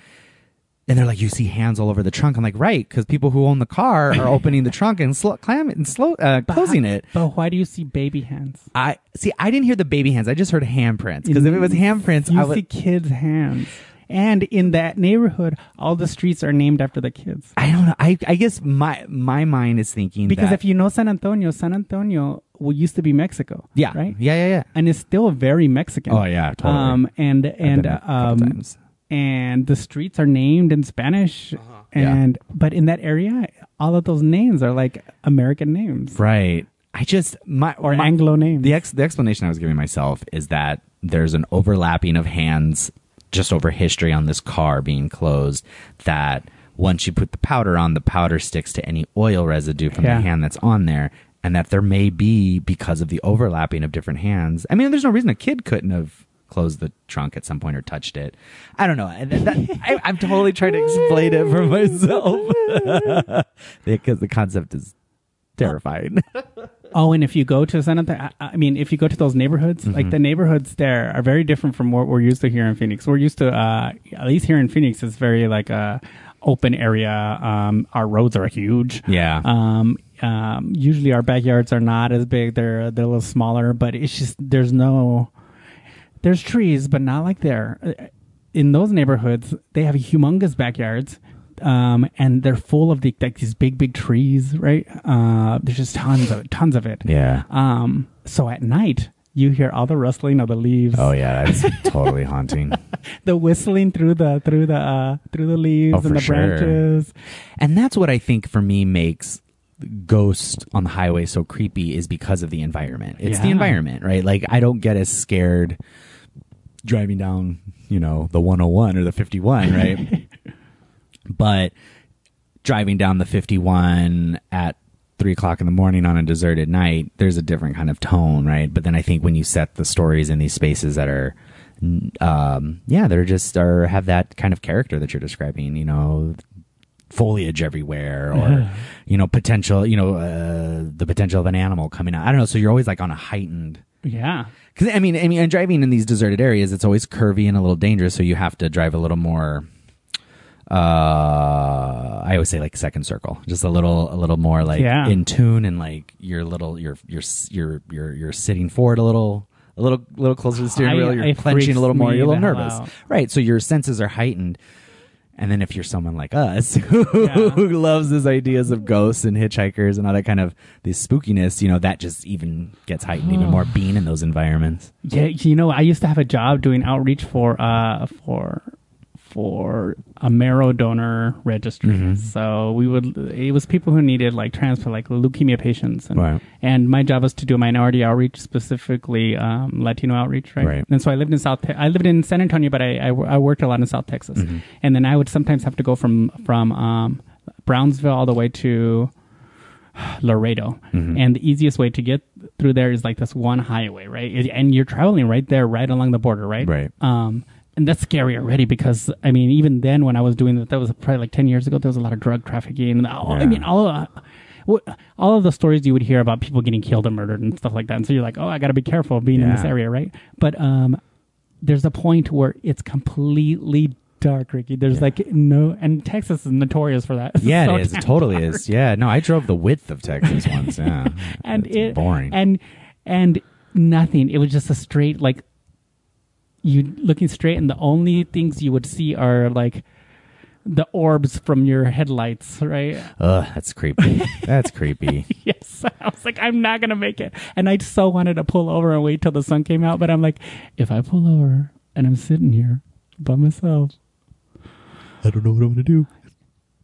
Speaker 1: and they're like, you see hands all over the trunk. I'm like, right, because people who own the car are opening the trunk and slow, clam and slow, uh, closing it.
Speaker 2: But why do you see baby hands?
Speaker 1: I see. I didn't hear the baby hands. I just heard handprints. Because if it was handprints,
Speaker 2: Mm. You
Speaker 1: I
Speaker 2: see
Speaker 1: would.
Speaker 2: kids' hands. And in that neighborhood, all the streets are named after the kids.
Speaker 1: I don't know. I I guess my my mind is thinking
Speaker 2: Because
Speaker 1: that-
Speaker 2: if you know San Antonio, San Antonio well, used to be Mexico.
Speaker 1: yeah
Speaker 2: Right?
Speaker 1: yeah yeah yeah
Speaker 2: And it's still very Mexican.
Speaker 1: Oh, yeah, totally.
Speaker 2: Um, and and
Speaker 1: there a couple
Speaker 2: um,
Speaker 1: times.
Speaker 2: and the streets are named in Spanish.
Speaker 1: Yeah.
Speaker 2: And but in that area, all of those names are like American names
Speaker 1: right. I just my
Speaker 2: or
Speaker 1: my,
Speaker 2: Anglo names.
Speaker 1: The ex the explanation I was giving myself is that there's an overlapping of hands just over history on this car being closed that once you put the powder on, the powder sticks to any oil residue from
Speaker 2: Yeah.
Speaker 1: the hand that's on there, and that there may be because of the overlapping of different hands. I mean, there's no reason a kid couldn't have closed the trunk at some point or touched it. I don't know. And that- I, I'm totally trying to explain it for myself because the concept is terrifying.
Speaker 2: Oh, and if you go to Santa, Ana- I I mean, if you go to those neighborhoods, like the neighborhoods there are very different from what we're used to here in Phoenix. We're used to, uh, at least here in Phoenix, it's very like a open area. Um, our roads are huge.
Speaker 1: Yeah.
Speaker 2: Um, um, usually our backyards are not as big. They're they're a little smaller, but it's just there's no there's trees, but not like there. In those neighborhoods, they have humongous backyards, um, and they're full of the, like these big, big trees, right? Uh, there's just tons of it, tons of it.
Speaker 1: Yeah.
Speaker 2: Um, so at night, you hear all the rustling of the leaves,
Speaker 1: Oh yeah, that's totally haunting.
Speaker 2: the whistling through the through the uh, through the leaves
Speaker 1: Oh, for
Speaker 2: and the
Speaker 1: sure.
Speaker 2: branches.
Speaker 1: And that's what I think for me makes Ghost on the highway so creepy is because of the environment. It's the
Speaker 2: Yeah.
Speaker 1: environment, right? Like I don't get as scared driving down, you know, the 101 or the 51, right? but driving down the 51 at three o'clock in the morning on a deserted night, there's a different kind of tone, right? But then I think when you set the stories in these spaces that are, um, yeah, they're just are have that kind of character that you're describing, you know, foliage everywhere or you know potential you know uh, the potential of an animal coming out i don't know so you're always like on a heightened
Speaker 2: Yeah.
Speaker 1: because I mean, I mean, and driving in these deserted areas, it's always curvy and a little dangerous. So you have to drive a little more. Uh, I always say like second circle, just a little, a little more like
Speaker 2: Yeah.
Speaker 1: in tune and like your little, your, your, your, your, you're sitting forward a little, a little, little closer to the steering
Speaker 2: I-
Speaker 1: wheel. You're
Speaker 2: it
Speaker 1: clenching
Speaker 2: freaks
Speaker 1: a little more.
Speaker 2: me
Speaker 1: You're a little
Speaker 2: the hell
Speaker 1: nervous,
Speaker 2: out.
Speaker 1: right? So your senses are heightened. And then if you're someone like us who loves these ideas of ghosts and hitchhikers and all that kind of this spookiness, you know, that just even gets heightened even more being in those environments.
Speaker 2: Yeah, you know, I used to have a job doing outreach for uh for for a marrow donor registry. So we would it was people who needed like transfer like leukemia patients and
Speaker 1: Right.
Speaker 2: and my job was to do minority outreach specifically um, Latino outreach, right?
Speaker 1: Right.
Speaker 2: And so I lived in South Te- I lived in San Antonio, but I I, wo- I worked a lot in South Texas. And then I would sometimes have to go from from um, Brownsville all the way to Laredo.
Speaker 1: Mm-hmm.
Speaker 2: And the easiest way to get through there is like this one highway, right? It- And you're traveling right there, right along the border, right?
Speaker 1: Right.
Speaker 2: Um, and that's scary already because I mean, even then when I was doing that, that was probably like ten years ago. There was a lot of drug trafficking. And all,
Speaker 1: Yeah.
Speaker 2: I mean, all of, what- all of the stories you would hear about people getting killed and murdered and stuff like that. And so you're like, oh, I got to be careful of being in this
Speaker 1: Yeah.
Speaker 2: area, right? But um, there's a point where it's completely dark, Ricky. There's like no, and Texas is notorious for that. It's
Speaker 1: Yeah,
Speaker 2: so
Speaker 1: it is. It totally is. Yeah. No, I drove the width of Texas once. Yeah.
Speaker 2: and
Speaker 1: It's
Speaker 2: it
Speaker 1: boring.
Speaker 2: and and nothing it was just a straight like you looking straight and the only things you would see are like the orbs from your headlights right
Speaker 1: Ugh, that's creepy. That's creepy.
Speaker 2: yes i was like i'm not gonna make it and i so wanted to pull over and wait till the sun came out but i'm like if i pull over and i'm sitting here by myself
Speaker 1: I don't know what I'm gonna do.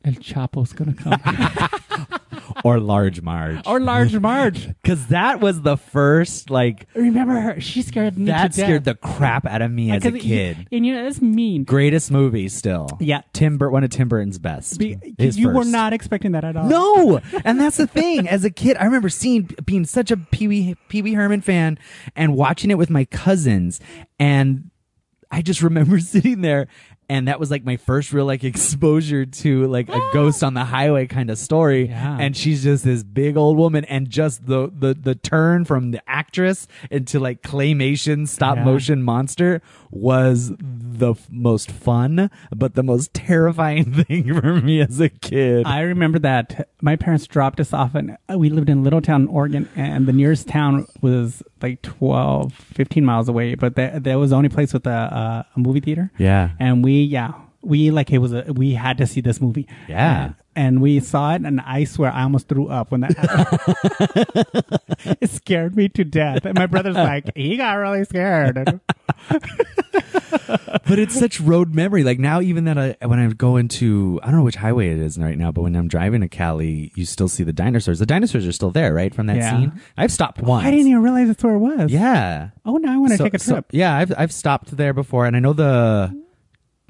Speaker 2: el chapo's gonna come
Speaker 1: Or large Marge.
Speaker 2: or large marge
Speaker 1: Because that was the first like
Speaker 2: remember her she scared me
Speaker 1: that
Speaker 2: to death. Uh,
Speaker 1: scared the crap out of me as a
Speaker 2: 'Cause-
Speaker 1: kid.
Speaker 2: and you know that's mean
Speaker 1: Greatest movie still.
Speaker 2: Yeah.
Speaker 1: Tim Bur- one of Tim Burton's best.
Speaker 2: Be,
Speaker 1: His
Speaker 2: you were
Speaker 1: first.
Speaker 2: not expecting that at all.
Speaker 1: No, and that's the thing. As a kid, I remember seeing being such a Pee Wee Pee Wee Herman fan and watching it with my cousins, and I just remember sitting there, and that was like my first real like exposure to like a ghost on the highway kind of story.
Speaker 2: Yeah.
Speaker 1: And she's just this big old woman, and just the the the turn from the actress into like claymation stop
Speaker 2: Yeah.
Speaker 1: motion monster was the f- most fun, but the most terrifying thing for me as a kid.
Speaker 2: I remember that my parents dropped us off, and uh, we lived in Little Town, Oregon, and the nearest town was like 12, 15 miles away. But that, that was the only place with a, uh, a movie theater.
Speaker 1: Yeah.
Speaker 2: and we, yeah, we like it was a, we had to see this movie.
Speaker 1: Yeah.
Speaker 2: And- and we saw it, and I swear I almost threw up when that happened. it scared me to death. And my brother's like, he got really scared.
Speaker 1: but it's such road memory. Like now, even that I, when I go into, I don't know which highway it is right now, but when I'm driving to Cali, you still see the dinosaurs. The dinosaurs are still there, right? From that
Speaker 2: Yeah.
Speaker 1: scene, I've stopped once.
Speaker 2: I didn't even realize that's where it was.
Speaker 1: Yeah.
Speaker 2: Oh, now I want to
Speaker 1: So-
Speaker 2: take a
Speaker 1: so-
Speaker 2: trip.
Speaker 1: yeah, I've I've stopped there before, and I know the.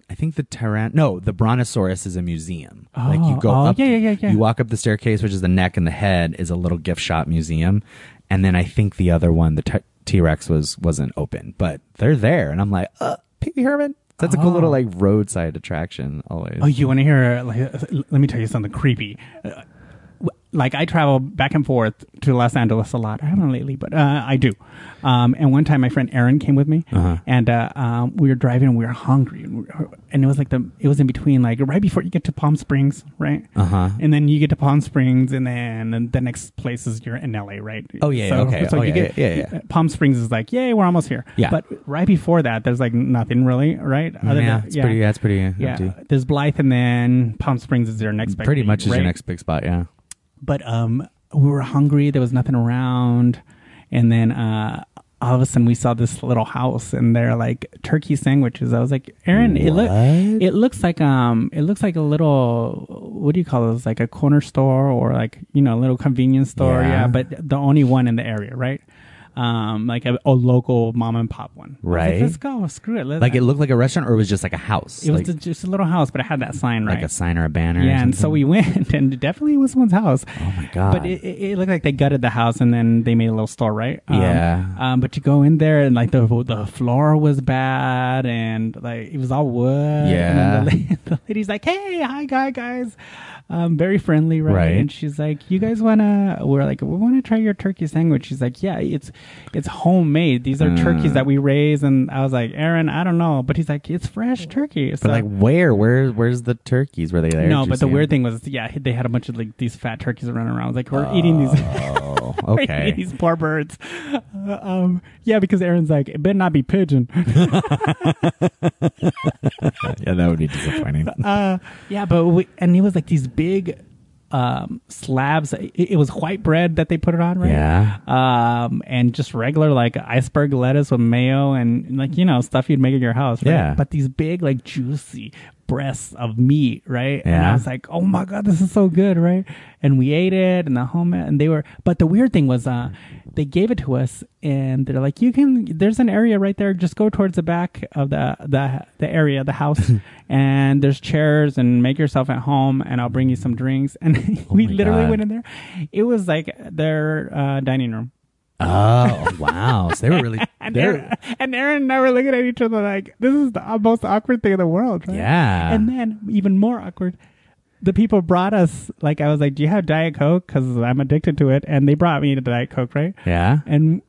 Speaker 1: I think the Tyran no, the Brontosaurus is a museum. like you
Speaker 2: Oh,
Speaker 1: go
Speaker 2: oh,
Speaker 1: up,
Speaker 2: yeah, yeah, yeah, yeah.
Speaker 1: you walk up the staircase, which is the neck and the head, is a little gift shop museum, and then I think the other one, the ty- T Rex was wasn't open, but they're there, and I'm like, uh, Pee Wee Herman. That's a cool little like roadside attraction always.
Speaker 2: Oh, you want to hear? Like, uh, let me tell you something creepy. Uh, w- Like I travel back and forth to Los Angeles a lot. I haven't lately, but uh, I do. Um, and one time, my friend Aaron came with me,
Speaker 1: Uh-huh.
Speaker 2: and uh, um, we were driving. and We were hungry, and, we were, and it was like the it was in between, like right before you get to Palm Springs, right?
Speaker 1: Uh-huh.
Speaker 2: And then you get to Palm Springs, and then and the next place is you're in LA, right?
Speaker 1: Oh, yeah, yeah, okay. Oh, yeah, yeah, yeah, yeah.
Speaker 2: Palm Springs is like, yay, we're almost here.
Speaker 1: Yeah.
Speaker 2: But right before that, there's like nothing really, right? Other
Speaker 1: yeah,
Speaker 2: than-
Speaker 1: it's pretty. Yeah, it's pretty. uh,
Speaker 2: yeah,
Speaker 1: empty.
Speaker 2: there's Blythe, and then Palm Springs is their next. big
Speaker 1: pretty
Speaker 2: league,
Speaker 1: much is
Speaker 2: right?
Speaker 1: your next big spot. Yeah.
Speaker 2: But um, we were hungry. There was nothing around, and then uh, all of a sudden we saw this little house, and they're like turkey sandwiches. I was like, Aaron, it look,
Speaker 1: What?
Speaker 2: it looks like um, it looks like a little what do you call those? Like a corner store or like you know a little convenience store.
Speaker 1: Yeah.
Speaker 2: Yeah, but the only one in the area, right? Um, like a, a local mom and pop one. I was like,
Speaker 1: Right.
Speaker 2: Let's go. Screw it. Let's,
Speaker 1: Like it looked like a restaurant, or it was just like a house.
Speaker 2: it was
Speaker 1: like,
Speaker 2: ju- just a little house, but it had that sign right.
Speaker 1: like a sign or a banner. or
Speaker 2: Yeah, and so
Speaker 1: something?
Speaker 2: we went, and it definitely was someone's house.
Speaker 1: Oh my god!
Speaker 2: But it, it, it looked like they gutted the house and then they made a little store, right? Um,
Speaker 1: Yeah.
Speaker 2: Um, but you go in there and like the the floor was bad and like it was all wood.
Speaker 1: Yeah.
Speaker 2: And then the, la- the lady's like, "Hey, hi, guy, guys." Um, very friendly, right?
Speaker 1: Right.
Speaker 2: And she's like, "You guys wanna?" We're like, "We wanna try your turkey sandwich." She's like, "Yeah, it's it's homemade. These are
Speaker 1: Mm.
Speaker 2: turkeys that we raise." And I was like, "Aaron, I don't know," but he's like, "It's fresh turkey." So
Speaker 1: but like where? Where? Where's the turkeys? Were they there?
Speaker 2: no,
Speaker 1: Did you
Speaker 2: but the
Speaker 1: see
Speaker 2: weird
Speaker 1: them?
Speaker 2: thing was, yeah, they had a bunch of like these fat turkeys running around. I was like, we're eating these,
Speaker 1: Oh,
Speaker 2: we're eating
Speaker 1: okay.
Speaker 2: these poor birds. Uh, um, yeah, because Aaron's like, it better not be pigeon.
Speaker 1: yeah, that would be disappointing.
Speaker 2: uh, yeah, but we, and it was like these big um, slabs. It, it was white bread that they put it on, right?
Speaker 1: Yeah.
Speaker 2: Um, and just regular like iceberg lettuce with mayo and like you know stuff you'd make at your house. Right?
Speaker 1: Yeah.
Speaker 2: But these big like juicy breasts of meat, right? And
Speaker 1: Yeah.
Speaker 2: I was like, oh my god, this is so good, right? And we ate it, and the home, and they were. But the weird thing was, uh, they gave it to us, and they're like, you can. There's an area right there. Just go towards the back of the the the area, the house, and there's chairs, and make yourself at home, and I'll bring you some drinks. And we
Speaker 1: Oh my
Speaker 2: literally
Speaker 1: God.
Speaker 2: went in there. It was like their uh, dining room.
Speaker 1: oh wow! So they were really
Speaker 2: And Aaron,
Speaker 1: there.
Speaker 2: and Aaron and I were looking at each other like, this is the most awkward thing in the world. Right?
Speaker 1: Yeah.
Speaker 2: And then, even more awkward, the people brought us, like, I was like, do you have Diet Coke? Because I'm addicted to it. And they brought me to Diet Coke, right?
Speaker 1: Yeah.
Speaker 2: And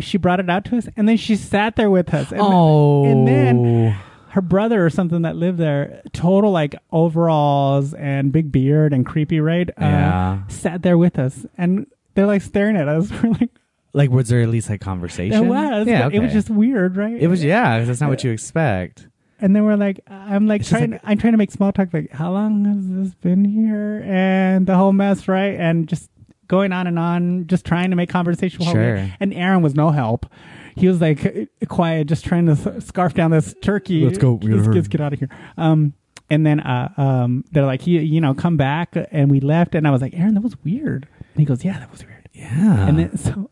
Speaker 2: she brought it out to us. And then she sat there with us. And,
Speaker 1: oh.
Speaker 2: And then her brother or something that lived there, total like overalls and big beard and creepy, right? Uh,
Speaker 1: Yeah.
Speaker 2: Sat there with us. And they're like staring at us. We're like,
Speaker 1: like, was there at least like conversation?
Speaker 2: there was.
Speaker 1: Yeah.
Speaker 2: but It was
Speaker 1: okay.
Speaker 2: just weird, right?
Speaker 1: It was yeah. 'cause That's not what you expect.
Speaker 2: And then we're like, I'm like
Speaker 1: It's just
Speaker 2: trying, I'm trying to make small talk. Like, how long has this been here? And the whole mess, right? And just going on and on, just trying to make conversation. while we-
Speaker 1: Sure.
Speaker 2: And Aaron was no help. He was like eh, quiet, just trying to s- scarf down this turkey.
Speaker 1: Let's go. We gotta
Speaker 2: Let's,
Speaker 1: hurry.
Speaker 2: let's get out of here. Um, and then uh, um, they're like, you, you know, come back. And we left. And I was like, Aaron, that was weird. And he goes, Yeah, that was weird.
Speaker 1: Yeah.
Speaker 2: And then, so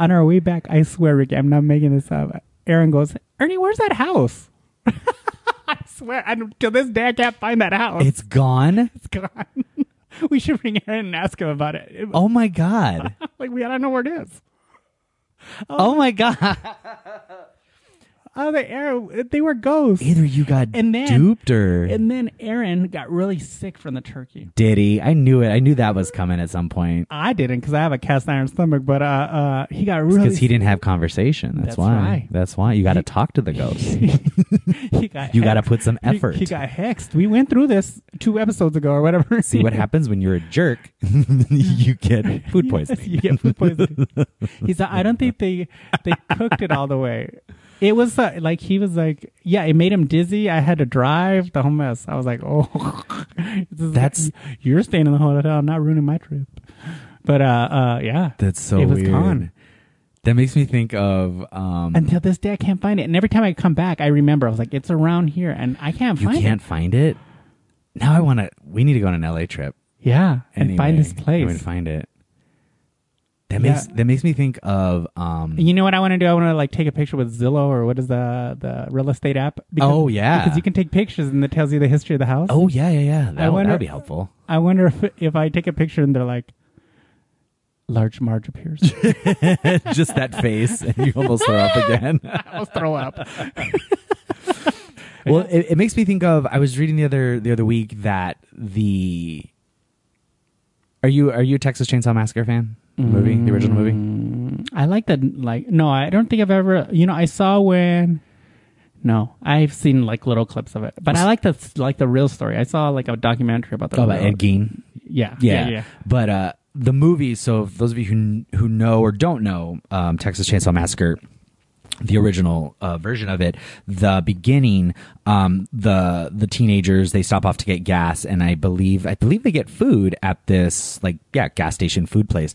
Speaker 2: on our way back, I swear, Ricky, I'm not making this up. Aaron goes, Ernie, where's that house? I swear, I, don't- to this day, I can't find that house.
Speaker 1: it's gone.
Speaker 2: It's gone. we should ring Aaron and ask him about it. It-
Speaker 1: Oh my god.
Speaker 2: Like, we, I don't know where it is.
Speaker 1: oh my god.
Speaker 2: Oh, they, Aaron, they were ghosts.
Speaker 1: Either you got
Speaker 2: And then-
Speaker 1: duped or
Speaker 2: and then Aaron got really sick from the turkey.
Speaker 1: Diddy. I knew it. I knew that was coming at some point
Speaker 2: I didn't because I have a cast iron stomach, but uh, uh, he got really
Speaker 1: because he didn't have conversation. That's,
Speaker 2: That's
Speaker 1: why.
Speaker 2: right.
Speaker 1: That's why you got to talk to the ghost.
Speaker 2: he got
Speaker 1: You got to
Speaker 2: hexed.
Speaker 1: put some
Speaker 2: He-
Speaker 1: effort.
Speaker 2: He, got hexed. We went through this two episodes ago or whatever.
Speaker 1: See what happens when you're a jerk. you get food poisoning.
Speaker 2: you get food poisoning. He's like, I don't think they they cooked it all the way. It was uh, like he was like, yeah, it made him dizzy. I had to drive the whole mess. I was like, oh, This is-
Speaker 1: That's-
Speaker 2: you're staying in the hotel. I'm not ruining my trip. But uh, uh yeah,
Speaker 1: That's so
Speaker 2: It was
Speaker 1: weird.
Speaker 2: gone.
Speaker 1: That makes me think of um
Speaker 2: until this day I can't find it. And every time I come back, I remember I was like, it's around here, and I can't
Speaker 1: you
Speaker 2: find
Speaker 1: can't
Speaker 2: it.
Speaker 1: find it. Now I want to we need to go on an LA trip
Speaker 2: Yeah, and
Speaker 1: anyway.
Speaker 2: find this place.
Speaker 1: I would find it. That
Speaker 2: Yeah.
Speaker 1: makes that makes me think of um
Speaker 2: You know what I want to do? I want to like take a picture with Zillow or what is the the real estate app?
Speaker 1: Oh, yeah.
Speaker 2: because you can take pictures and it tells you the history of the house.
Speaker 1: Oh yeah, yeah, yeah. That would
Speaker 2: wonder-
Speaker 1: be helpful.
Speaker 2: I wonder if if I take a picture and they're like, large Marge appears.
Speaker 1: just that face, and you almost throw up again.
Speaker 2: I'll throw up.
Speaker 1: Well, it, it makes me think of I was reading the other the other week that the are you are you a Texas Chainsaw Massacre fan? The movie, the original movie.
Speaker 2: I like that. Like, no, I don't think I've ever. You know, I saw when. No, I've seen like little clips of it, but I like the like the real story. I saw like a documentary about the
Speaker 1: Oh, about
Speaker 2: real-
Speaker 1: Ed Gein.
Speaker 2: Yeah,
Speaker 1: Yeah.
Speaker 2: yeah, yeah.
Speaker 1: But uh, the movie, so if those of you who, who know or don't know um, Texas Chainsaw Massacre, the original uh, version of it, the beginning, um, the the teenagers they stop off to get gas, and I believe I believe they get food at this like yeah gas station food place.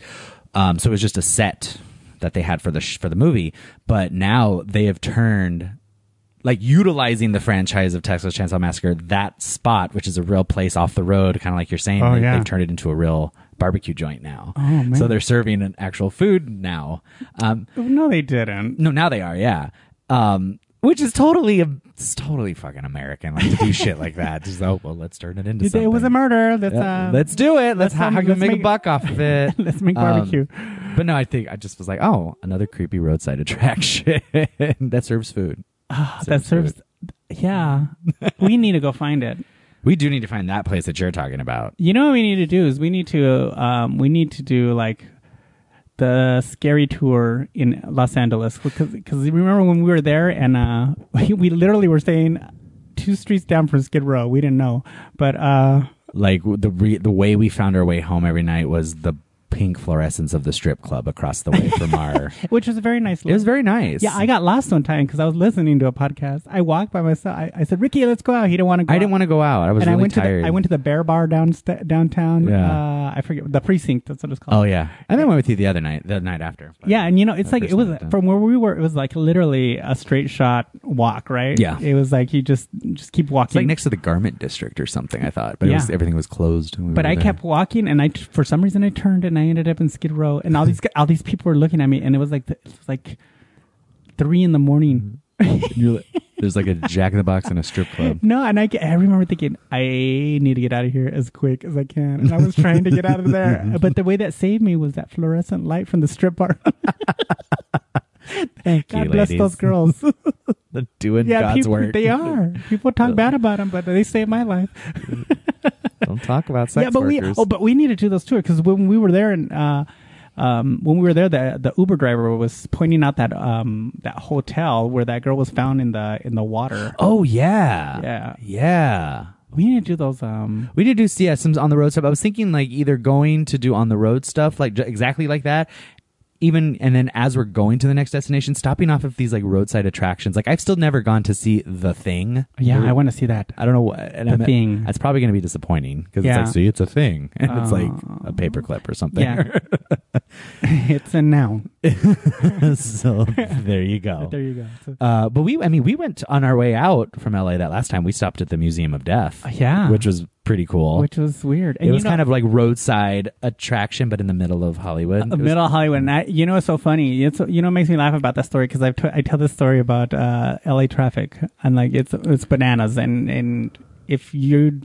Speaker 1: Um, so it was just a set that they had for the sh- for the movie, but now they have turned like utilizing the franchise of Texas Chainsaw Massacre, that spot, which is a real place off the road, kind of like you're saying,
Speaker 2: Oh,
Speaker 1: they,
Speaker 2: yeah.
Speaker 1: have turned it into a real barbecue joint now. Oh,
Speaker 2: man.
Speaker 1: So they're serving an actual food now. Um,
Speaker 2: No, they didn't.
Speaker 1: no, now they are, yeah. Um, which is totally, um, it's totally fucking American, like to do shit like that. Just oh, well, let's turn it into something.
Speaker 2: It was a murder. That's
Speaker 1: Yeah,
Speaker 2: uh,
Speaker 1: let's do it. Let's, how
Speaker 2: um,
Speaker 1: how can
Speaker 2: let's
Speaker 1: we make,
Speaker 2: make-
Speaker 1: a buck off of it?
Speaker 2: Let's make
Speaker 1: Um,
Speaker 2: barbecue.
Speaker 1: but no, I think I just was like, oh, another creepy roadside attraction that serves food.
Speaker 2: Ah, that serves. Yeah, we need to go find it.
Speaker 1: We do need to find that place that you're talking about.
Speaker 2: You know what we need to do is we need to um, we need to do like the scary tour in Los Angeles because remember when we were there and uh, we, we literally were staying two streets down from Skid Row. We didn't know, but uh,
Speaker 1: Like the re- the way we found our way home every night was the pink fluorescence of the strip club across the way from our.
Speaker 2: which was a very nice.
Speaker 1: It was very nice.
Speaker 2: yeah, I got lost one time because I was listening to a podcast. I walked by myself. I, I said, "Ricky, let's go out." He didn't want to. go
Speaker 1: I didn't
Speaker 2: out.
Speaker 1: want to go out. I was
Speaker 2: And
Speaker 1: really
Speaker 2: I went
Speaker 1: tired.
Speaker 2: to the, I went to the Bear Bar down downtown.
Speaker 1: Yeah.
Speaker 2: Uh, I forget the precinct. That's what it's called.
Speaker 1: oh yeah, I think I went with you the other night. The night after. but-
Speaker 2: Yeah, and you know, it's like it
Speaker 1: person
Speaker 2: was
Speaker 1: like that.
Speaker 2: from where we were. It was like literally a straight shot walk, right?
Speaker 1: Yeah.
Speaker 2: it was like you just just keep
Speaker 1: It's like
Speaker 2: walking.
Speaker 1: next to the garment district or something. I thought, but it
Speaker 2: Yeah.
Speaker 1: was, everything was closed. when we
Speaker 2: but
Speaker 1: were
Speaker 2: I
Speaker 1: there.
Speaker 2: kept walking, and I t- for some reason I turned, and I ended up in Skid Row, and all these all these people were looking at me, and it was like the, it was like three in the
Speaker 1: Mm-hmm.
Speaker 2: morning.
Speaker 1: And you're like- There's like a Jack in the Box and a strip club.
Speaker 2: No, and I, get- I remember thinking I need to get out of here as quick as I can, and I was trying to get out of there, but the way that saved me was that fluorescent light from the strip bar.
Speaker 1: Thank
Speaker 2: God
Speaker 1: you,
Speaker 2: bless
Speaker 1: ladies.
Speaker 2: those girls.
Speaker 1: They're doing God's
Speaker 2: people,
Speaker 1: work.
Speaker 2: They are. People talk bad about them, but they saved my life.
Speaker 1: Don't talk about sex
Speaker 2: yeah, but
Speaker 1: workers.
Speaker 2: we oh, but we need to do those too because when we were there and uh, um, when we were there, the the Uber driver was pointing out that um that hotel where that girl was found in the in the water.
Speaker 1: oh yeah,
Speaker 2: Yeah.
Speaker 1: yeah.
Speaker 2: We need to do those. Um,
Speaker 1: We did do yeah, some on the road stuff. I was thinking like either going to do on the road stuff like ju- exactly like that. Even and then as we're going to the next destination, stopping off of these like roadside attractions. Like I've still never gone to see the thing.
Speaker 2: yeah, I want to see that.
Speaker 1: I don't know what and
Speaker 2: The
Speaker 1: I'm-
Speaker 2: Thing.
Speaker 1: That's probably going to be disappointing because
Speaker 2: Yeah.
Speaker 1: it's like see, it's a thing, and it's like
Speaker 2: Oh.
Speaker 1: a paperclip or something.
Speaker 2: Yeah, it's a noun.
Speaker 1: so there you go.
Speaker 2: There you go. So-
Speaker 1: Uh, but we, I mean, we went on our way out from LA that last time. We stopped at the Museum of Death,
Speaker 2: Oh, yeah,
Speaker 1: which was pretty cool.
Speaker 2: which was weird. And
Speaker 1: it
Speaker 2: you
Speaker 1: was
Speaker 2: know-
Speaker 1: kind of like roadside attraction, but in the middle of Hollywood.
Speaker 2: Uh,
Speaker 1: It was-
Speaker 2: middle of Hollywood. And I, you know, it's so funny. It's you know, it makes me laugh about that story because I t- I tell this story about uh, L.A. traffic and like it's it's bananas. And and if you,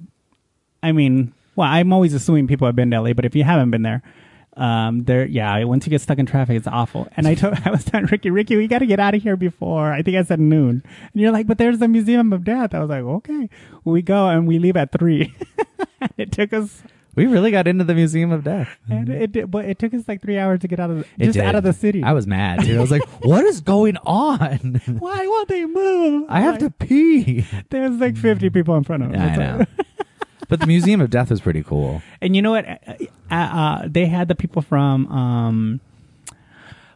Speaker 2: I mean, well, I'm always assuming people have been to L.A., but if you haven't been there. Um, there, yeah. Once you get stuck in traffic, it's awful. And I told, I was telling Ricky, Ricky, we got to get out of here before. I think I said noon. And you're like, but there's the Museum of Death. I was like, okay. We go and we leave at three. it took us
Speaker 1: we really got into the Museum of Death.
Speaker 2: and it did, but it took us like three hours to get out of the,
Speaker 1: It
Speaker 2: just
Speaker 1: did.
Speaker 2: out of the city.
Speaker 1: I was mad, dude. I was like, what is going on?
Speaker 2: Why won't they move?
Speaker 1: I have
Speaker 2: Like,
Speaker 1: to pee.
Speaker 2: There's like 50 people in front of us.
Speaker 1: Yeah, I know. But the Museum of Death was pretty cool.
Speaker 2: And you know what? Uh, uh, uh, they had the people from. Um,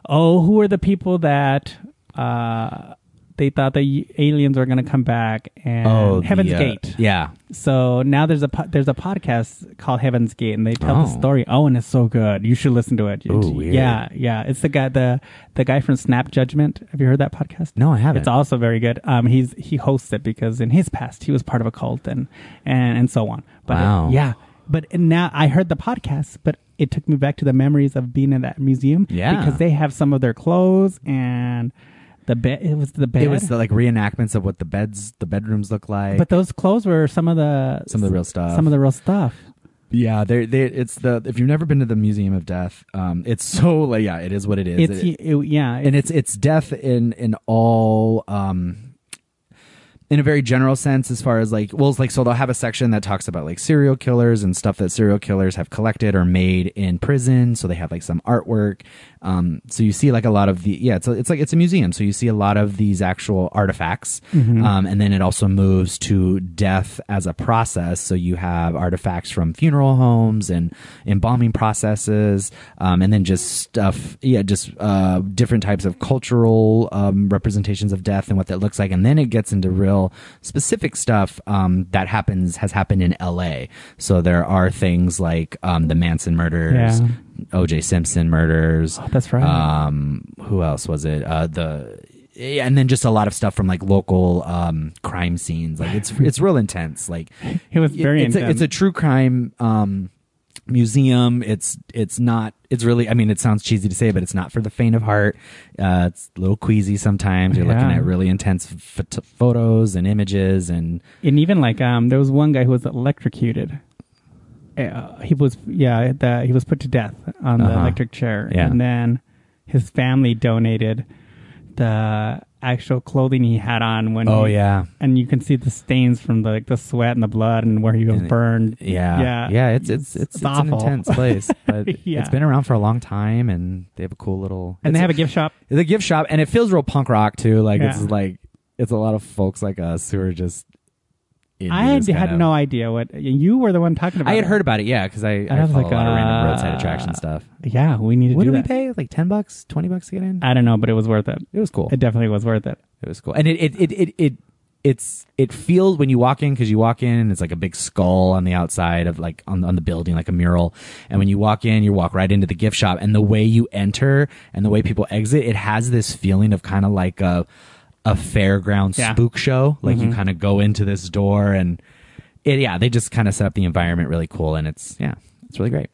Speaker 2: oh, who were the people that uh, they thought the aliens were going to come back? And
Speaker 1: Oh,
Speaker 2: Heaven's
Speaker 1: the, uh,
Speaker 2: Gate.
Speaker 1: Yeah.
Speaker 2: So now there's a po- there's a podcast called Heaven's Gate, and they tell the
Speaker 1: Oh.
Speaker 2: story. Oh, and it's so good. You should listen to it.
Speaker 1: Ooh,
Speaker 2: It's-
Speaker 1: weird.
Speaker 2: Yeah, yeah. It's the guy the the guy from Snap Judgment. Have you heard that podcast?
Speaker 1: No, I haven't.
Speaker 2: It's also very good. Um, he's he hosts it because in his past he was part of a cult and and and so on. But uh,
Speaker 1: Wow.
Speaker 2: yeah. But and now I heard the podcast, but it took me back to the memories of being in that museum.
Speaker 1: Yeah.
Speaker 2: because they have some of their clothes and the bed. It was the bed.
Speaker 1: It was the, like reenactments of what the beds, the bedrooms look like.
Speaker 2: but those clothes were some of the
Speaker 1: Some of the real stuff.
Speaker 2: Some of the real stuff.
Speaker 1: Yeah, they they it's the if you've never been to the Museum of Death, um, it's so like yeah, it is what it is.
Speaker 2: It's
Speaker 1: It-
Speaker 2: it- yeah,
Speaker 1: and it's it's death in in all um in a very general sense as far as like well it's like so they'll have a section that talks about like serial killers and stuff that serial killers have collected or made in prison so they have like some artwork um so you see like a lot of the yeah it's a, it's like it's a museum so you see a lot of these actual artifacts um and then it also moves to death as a process so you have artifacts from funeral homes and embalming processes um and then just stuff yeah just uh different types of cultural um representations of death and what that looks like and then it gets into real specific stuff um that happens has happened in LA so there are things like um the Manson murders
Speaker 2: Yeah. Oh,
Speaker 1: OJ Simpson murders
Speaker 2: that's right.
Speaker 1: um who else was it uh the yeah, and then just a lot of stuff from like local um crime scenes like it's it's real intense like
Speaker 2: It was very
Speaker 1: it's a,
Speaker 2: intense.
Speaker 1: it's a true crime um museum it's it's not it's really i mean it sounds cheesy to say but it's not for the faint of heart uh it's a little queasy sometimes you're looking
Speaker 2: Yeah.
Speaker 1: at really intense phot- photos and images and
Speaker 2: and even like um, there was one guy who was electrocuted. Uh, he was yeah, the, he was put to death on the
Speaker 1: Uh-huh.
Speaker 2: electric chair,
Speaker 1: Yeah.
Speaker 2: and then his family donated the actual clothing he had on when.
Speaker 1: Oh,
Speaker 2: he-
Speaker 1: yeah.
Speaker 2: and you can see the stains from the like the sweat and the blood and where he was
Speaker 1: And it-
Speaker 2: burned.
Speaker 1: yeah
Speaker 2: yeah,
Speaker 1: it's it's it's, it's, an
Speaker 2: awful.
Speaker 1: intense place but
Speaker 2: Yeah.
Speaker 1: it's been around for a long time and they have a cool little
Speaker 2: And they
Speaker 1: it's-
Speaker 2: have a gift shop.
Speaker 1: the gift shop and it feels real punk rock too like
Speaker 2: Yeah.
Speaker 1: it's like it's a lot of folks like us who are just into
Speaker 2: I had,
Speaker 1: this kind
Speaker 2: had
Speaker 1: of-
Speaker 2: no idea what you were the one talking about.
Speaker 1: i had
Speaker 2: it.
Speaker 1: heard about it yeah because i,
Speaker 2: I
Speaker 1: I,
Speaker 2: was
Speaker 1: follow
Speaker 2: like,
Speaker 1: a lot of
Speaker 2: uh,
Speaker 1: random roadside attraction stuff
Speaker 2: Yeah, we need to
Speaker 1: what
Speaker 2: do
Speaker 1: did we
Speaker 2: that. Uh,
Speaker 1: pay like 10 bucks 20 bucks to get in
Speaker 2: I don't know, but it was worth it.
Speaker 1: it was cool
Speaker 2: It definitely was worth it.
Speaker 1: It was cool, and it it it it, it it's it feels when you walk in because you walk in and it's like a big skull on the outside of like on on the building like a mural, and when you walk in you walk right into the gift shop, and the way you enter and the way people exit, it has this feeling of kind of like a a fairground
Speaker 2: Yeah. Mm-hmm.
Speaker 1: spook show. Like you kind of go into this door and it yeah they just kind of set up the environment really cool, and it's yeah it's really great.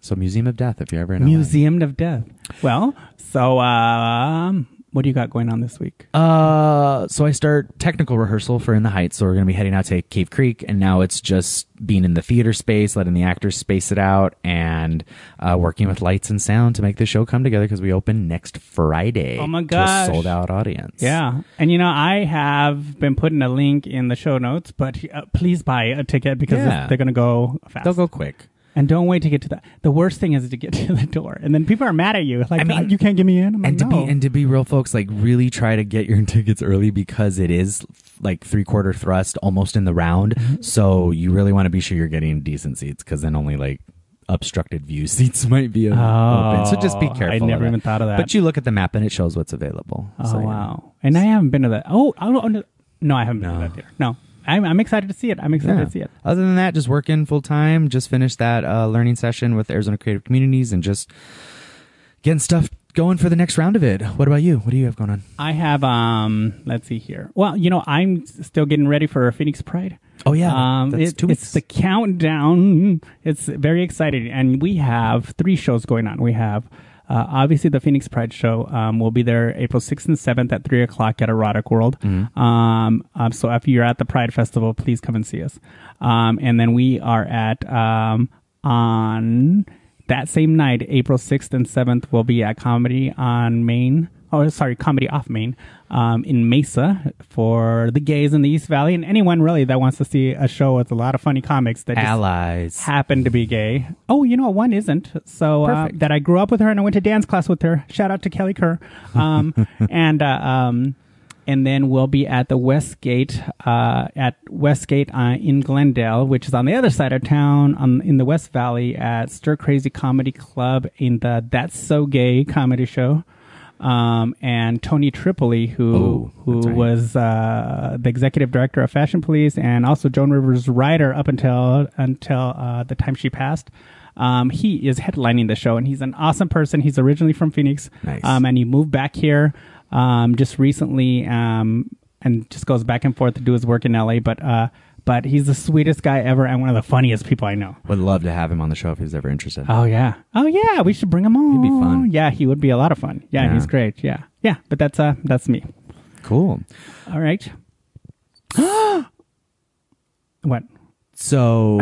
Speaker 1: So Museum of Death if you're ever in LA.
Speaker 2: Museum of Death. Well, so um, what do you got going on this week?
Speaker 1: Uh, so I start technical rehearsal for In the Heights. So we're going to be heading out to Cave Creek, and now it's just being in the theater space, letting the actors space it out, and uh, working with lights and sound to make the show come together because we open next Friday.
Speaker 2: Oh my
Speaker 1: god,
Speaker 2: gosh.
Speaker 1: To a sold out audience.
Speaker 2: Yeah, and you know I have been putting a link in the show notes, but uh, please buy a ticket because
Speaker 1: Yeah.
Speaker 2: they're going to go fast.
Speaker 1: They'll go quick.
Speaker 2: and don't wait to get to the. The worst thing is to get to the door, and then people are mad at you. Like
Speaker 1: I mean-
Speaker 2: you can't get me in. I'm like,
Speaker 1: and to
Speaker 2: "No."
Speaker 1: be and to be real folks like really try to get your tickets early because it is like three quarter thrust almost in the round
Speaker 2: Mm-hmm.
Speaker 1: so you really want to be sure you're getting decent seats because then only like obstructed view seats might be o-
Speaker 2: Oh,
Speaker 1: open so just be
Speaker 2: I
Speaker 1: careful of
Speaker 2: never even thought of that.
Speaker 1: but you look at the map and it shows what's available
Speaker 2: oh
Speaker 1: So, yeah.
Speaker 2: wow! And I haven't been to that. Oh, I don't, know- no, I haven't been
Speaker 1: No.
Speaker 2: to that theater. No, I'm, I'm excited to see it. I'm excited
Speaker 1: Yeah.
Speaker 2: to see it.
Speaker 1: Other than that, just working full time. Just finished that uh, learning session with Arizona Creative Communities and just getting stuff going for the next round of it. What about you? What do you have going on?
Speaker 2: I have um let's see here. Well, you know, I'm still getting ready for Phoenix Pride.
Speaker 1: Oh, yeah.
Speaker 2: Um
Speaker 1: That's
Speaker 2: it-
Speaker 1: two
Speaker 2: it's
Speaker 1: weeks.
Speaker 2: the countdown. It's very exciting and we have three shows going on. We have uh, obviously, the Phoenix Pride show um, will be there April 6th and 7th at 3 o'clock at Erotic World.
Speaker 1: Mm-hmm.
Speaker 2: Um, um, so if you're at the Pride Festival, please come and see us. Um, and then we are at, um, on that same night, April 6th and 7th, we'll be at Comedy on Main. Oh, sorry, Comedy Off Main um, in Mesa for the gays in the East Valley and anyone really that wants to see a show with a lot of funny comics that just
Speaker 1: Allies.
Speaker 2: happen to be gay. Oh, you know, what? one isn't. So uh,
Speaker 1: Perfect.
Speaker 2: that I grew up with her and I went to dance class with her. Shout out to Kelly Kerr. Um, and uh, um, and then we'll be at the Westgate uh, at Westgate uh, in Glendale, which is on the other side of town, um, in the West Valley at Stir Crazy Comedy Club in the That's So Gay comedy show. Um, and Tony Tripoli, who
Speaker 1: Oh,
Speaker 2: who
Speaker 1: that's right.
Speaker 2: was was uh, the executive director of Fashion Police and also Joan Rivers' writer up until until uh, the time she passed. Um, he is headlining the show, and he's an awesome person. He's originally from Phoenix,
Speaker 1: Nice.
Speaker 2: um, and he moved back here um, just recently, um, and just goes back and forth to do his work in LA. But uh, but he's the sweetest guy ever, and one of the funniest people I know.
Speaker 1: Would love to have him on the show if he's ever interested.
Speaker 2: Oh yeah, oh yeah, we should bring him on.
Speaker 1: be fun.
Speaker 2: Yeah, he would be a lot of fun. Yeah,
Speaker 1: Yeah.
Speaker 2: he's great. Yeah, yeah. But that's uh, that's me.
Speaker 1: cool.
Speaker 2: All right. what?
Speaker 1: So,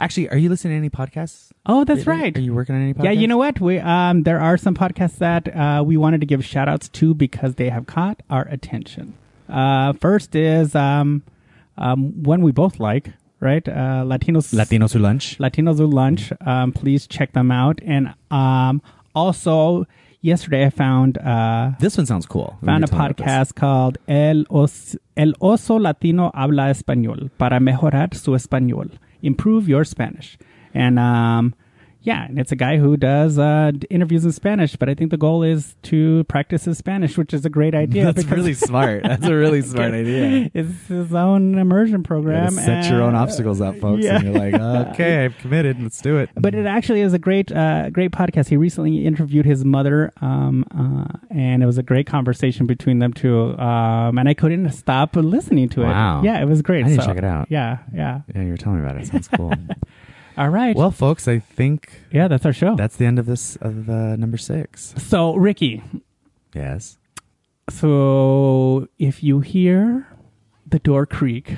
Speaker 1: actually, are you listening to any podcasts?
Speaker 2: Oh, that's
Speaker 1: Are-
Speaker 2: right.
Speaker 1: Are you working on any podcasts?
Speaker 2: Yeah, you know what? We um, there are some podcasts that uh, we wanted to give shout outs to because they have caught our attention. Uh, first is um, um, one we both like, right? Uh, Latinos
Speaker 1: Latinos who lunch.
Speaker 2: Latinos do lunch. Um, please check them out. And um, also yesterday I found uh,
Speaker 1: This one sounds cool. We
Speaker 2: found
Speaker 1: were
Speaker 2: a
Speaker 1: talking about this.
Speaker 2: podcast called El, Os- El Oso Latino Habla Español para mejorar su español. Improve your Spanish. And um, yeah, and it's a guy who does uh, d- interviews in Spanish, but I think the goal is to practice his Spanish, which is a great idea.
Speaker 1: That's
Speaker 2: because
Speaker 1: really smart. That's a really smart idea.
Speaker 2: It's his own immersion program.
Speaker 1: set your own
Speaker 2: and- uh,
Speaker 1: obstacles up, folks,
Speaker 2: yeah.
Speaker 1: and you're like, okay, I've committed. Let's do it.
Speaker 2: but it actually is a great uh, great podcast. He recently interviewed his mother, um, uh, and it was a great conversation between them two. Um, and I couldn't stop listening to it.
Speaker 1: Wow.
Speaker 2: Yeah, it was great.
Speaker 1: I need to
Speaker 2: So,
Speaker 1: check it out.
Speaker 2: Yeah, yeah.
Speaker 1: yeah, you were telling me about it. Sounds cool.
Speaker 2: All right. Oh.
Speaker 1: well, folks, I think
Speaker 2: yeah, that's our show.
Speaker 1: that's the end of this of uh, number six.
Speaker 2: so, Ricky,
Speaker 1: Yes.
Speaker 2: so if you hear the door creak,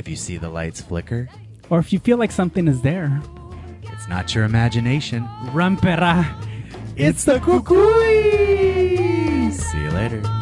Speaker 1: If you see the lights flicker,
Speaker 2: or if you feel like something is there,
Speaker 1: it's not your imagination.
Speaker 2: rompera.
Speaker 1: It's the cuckoo. See you later.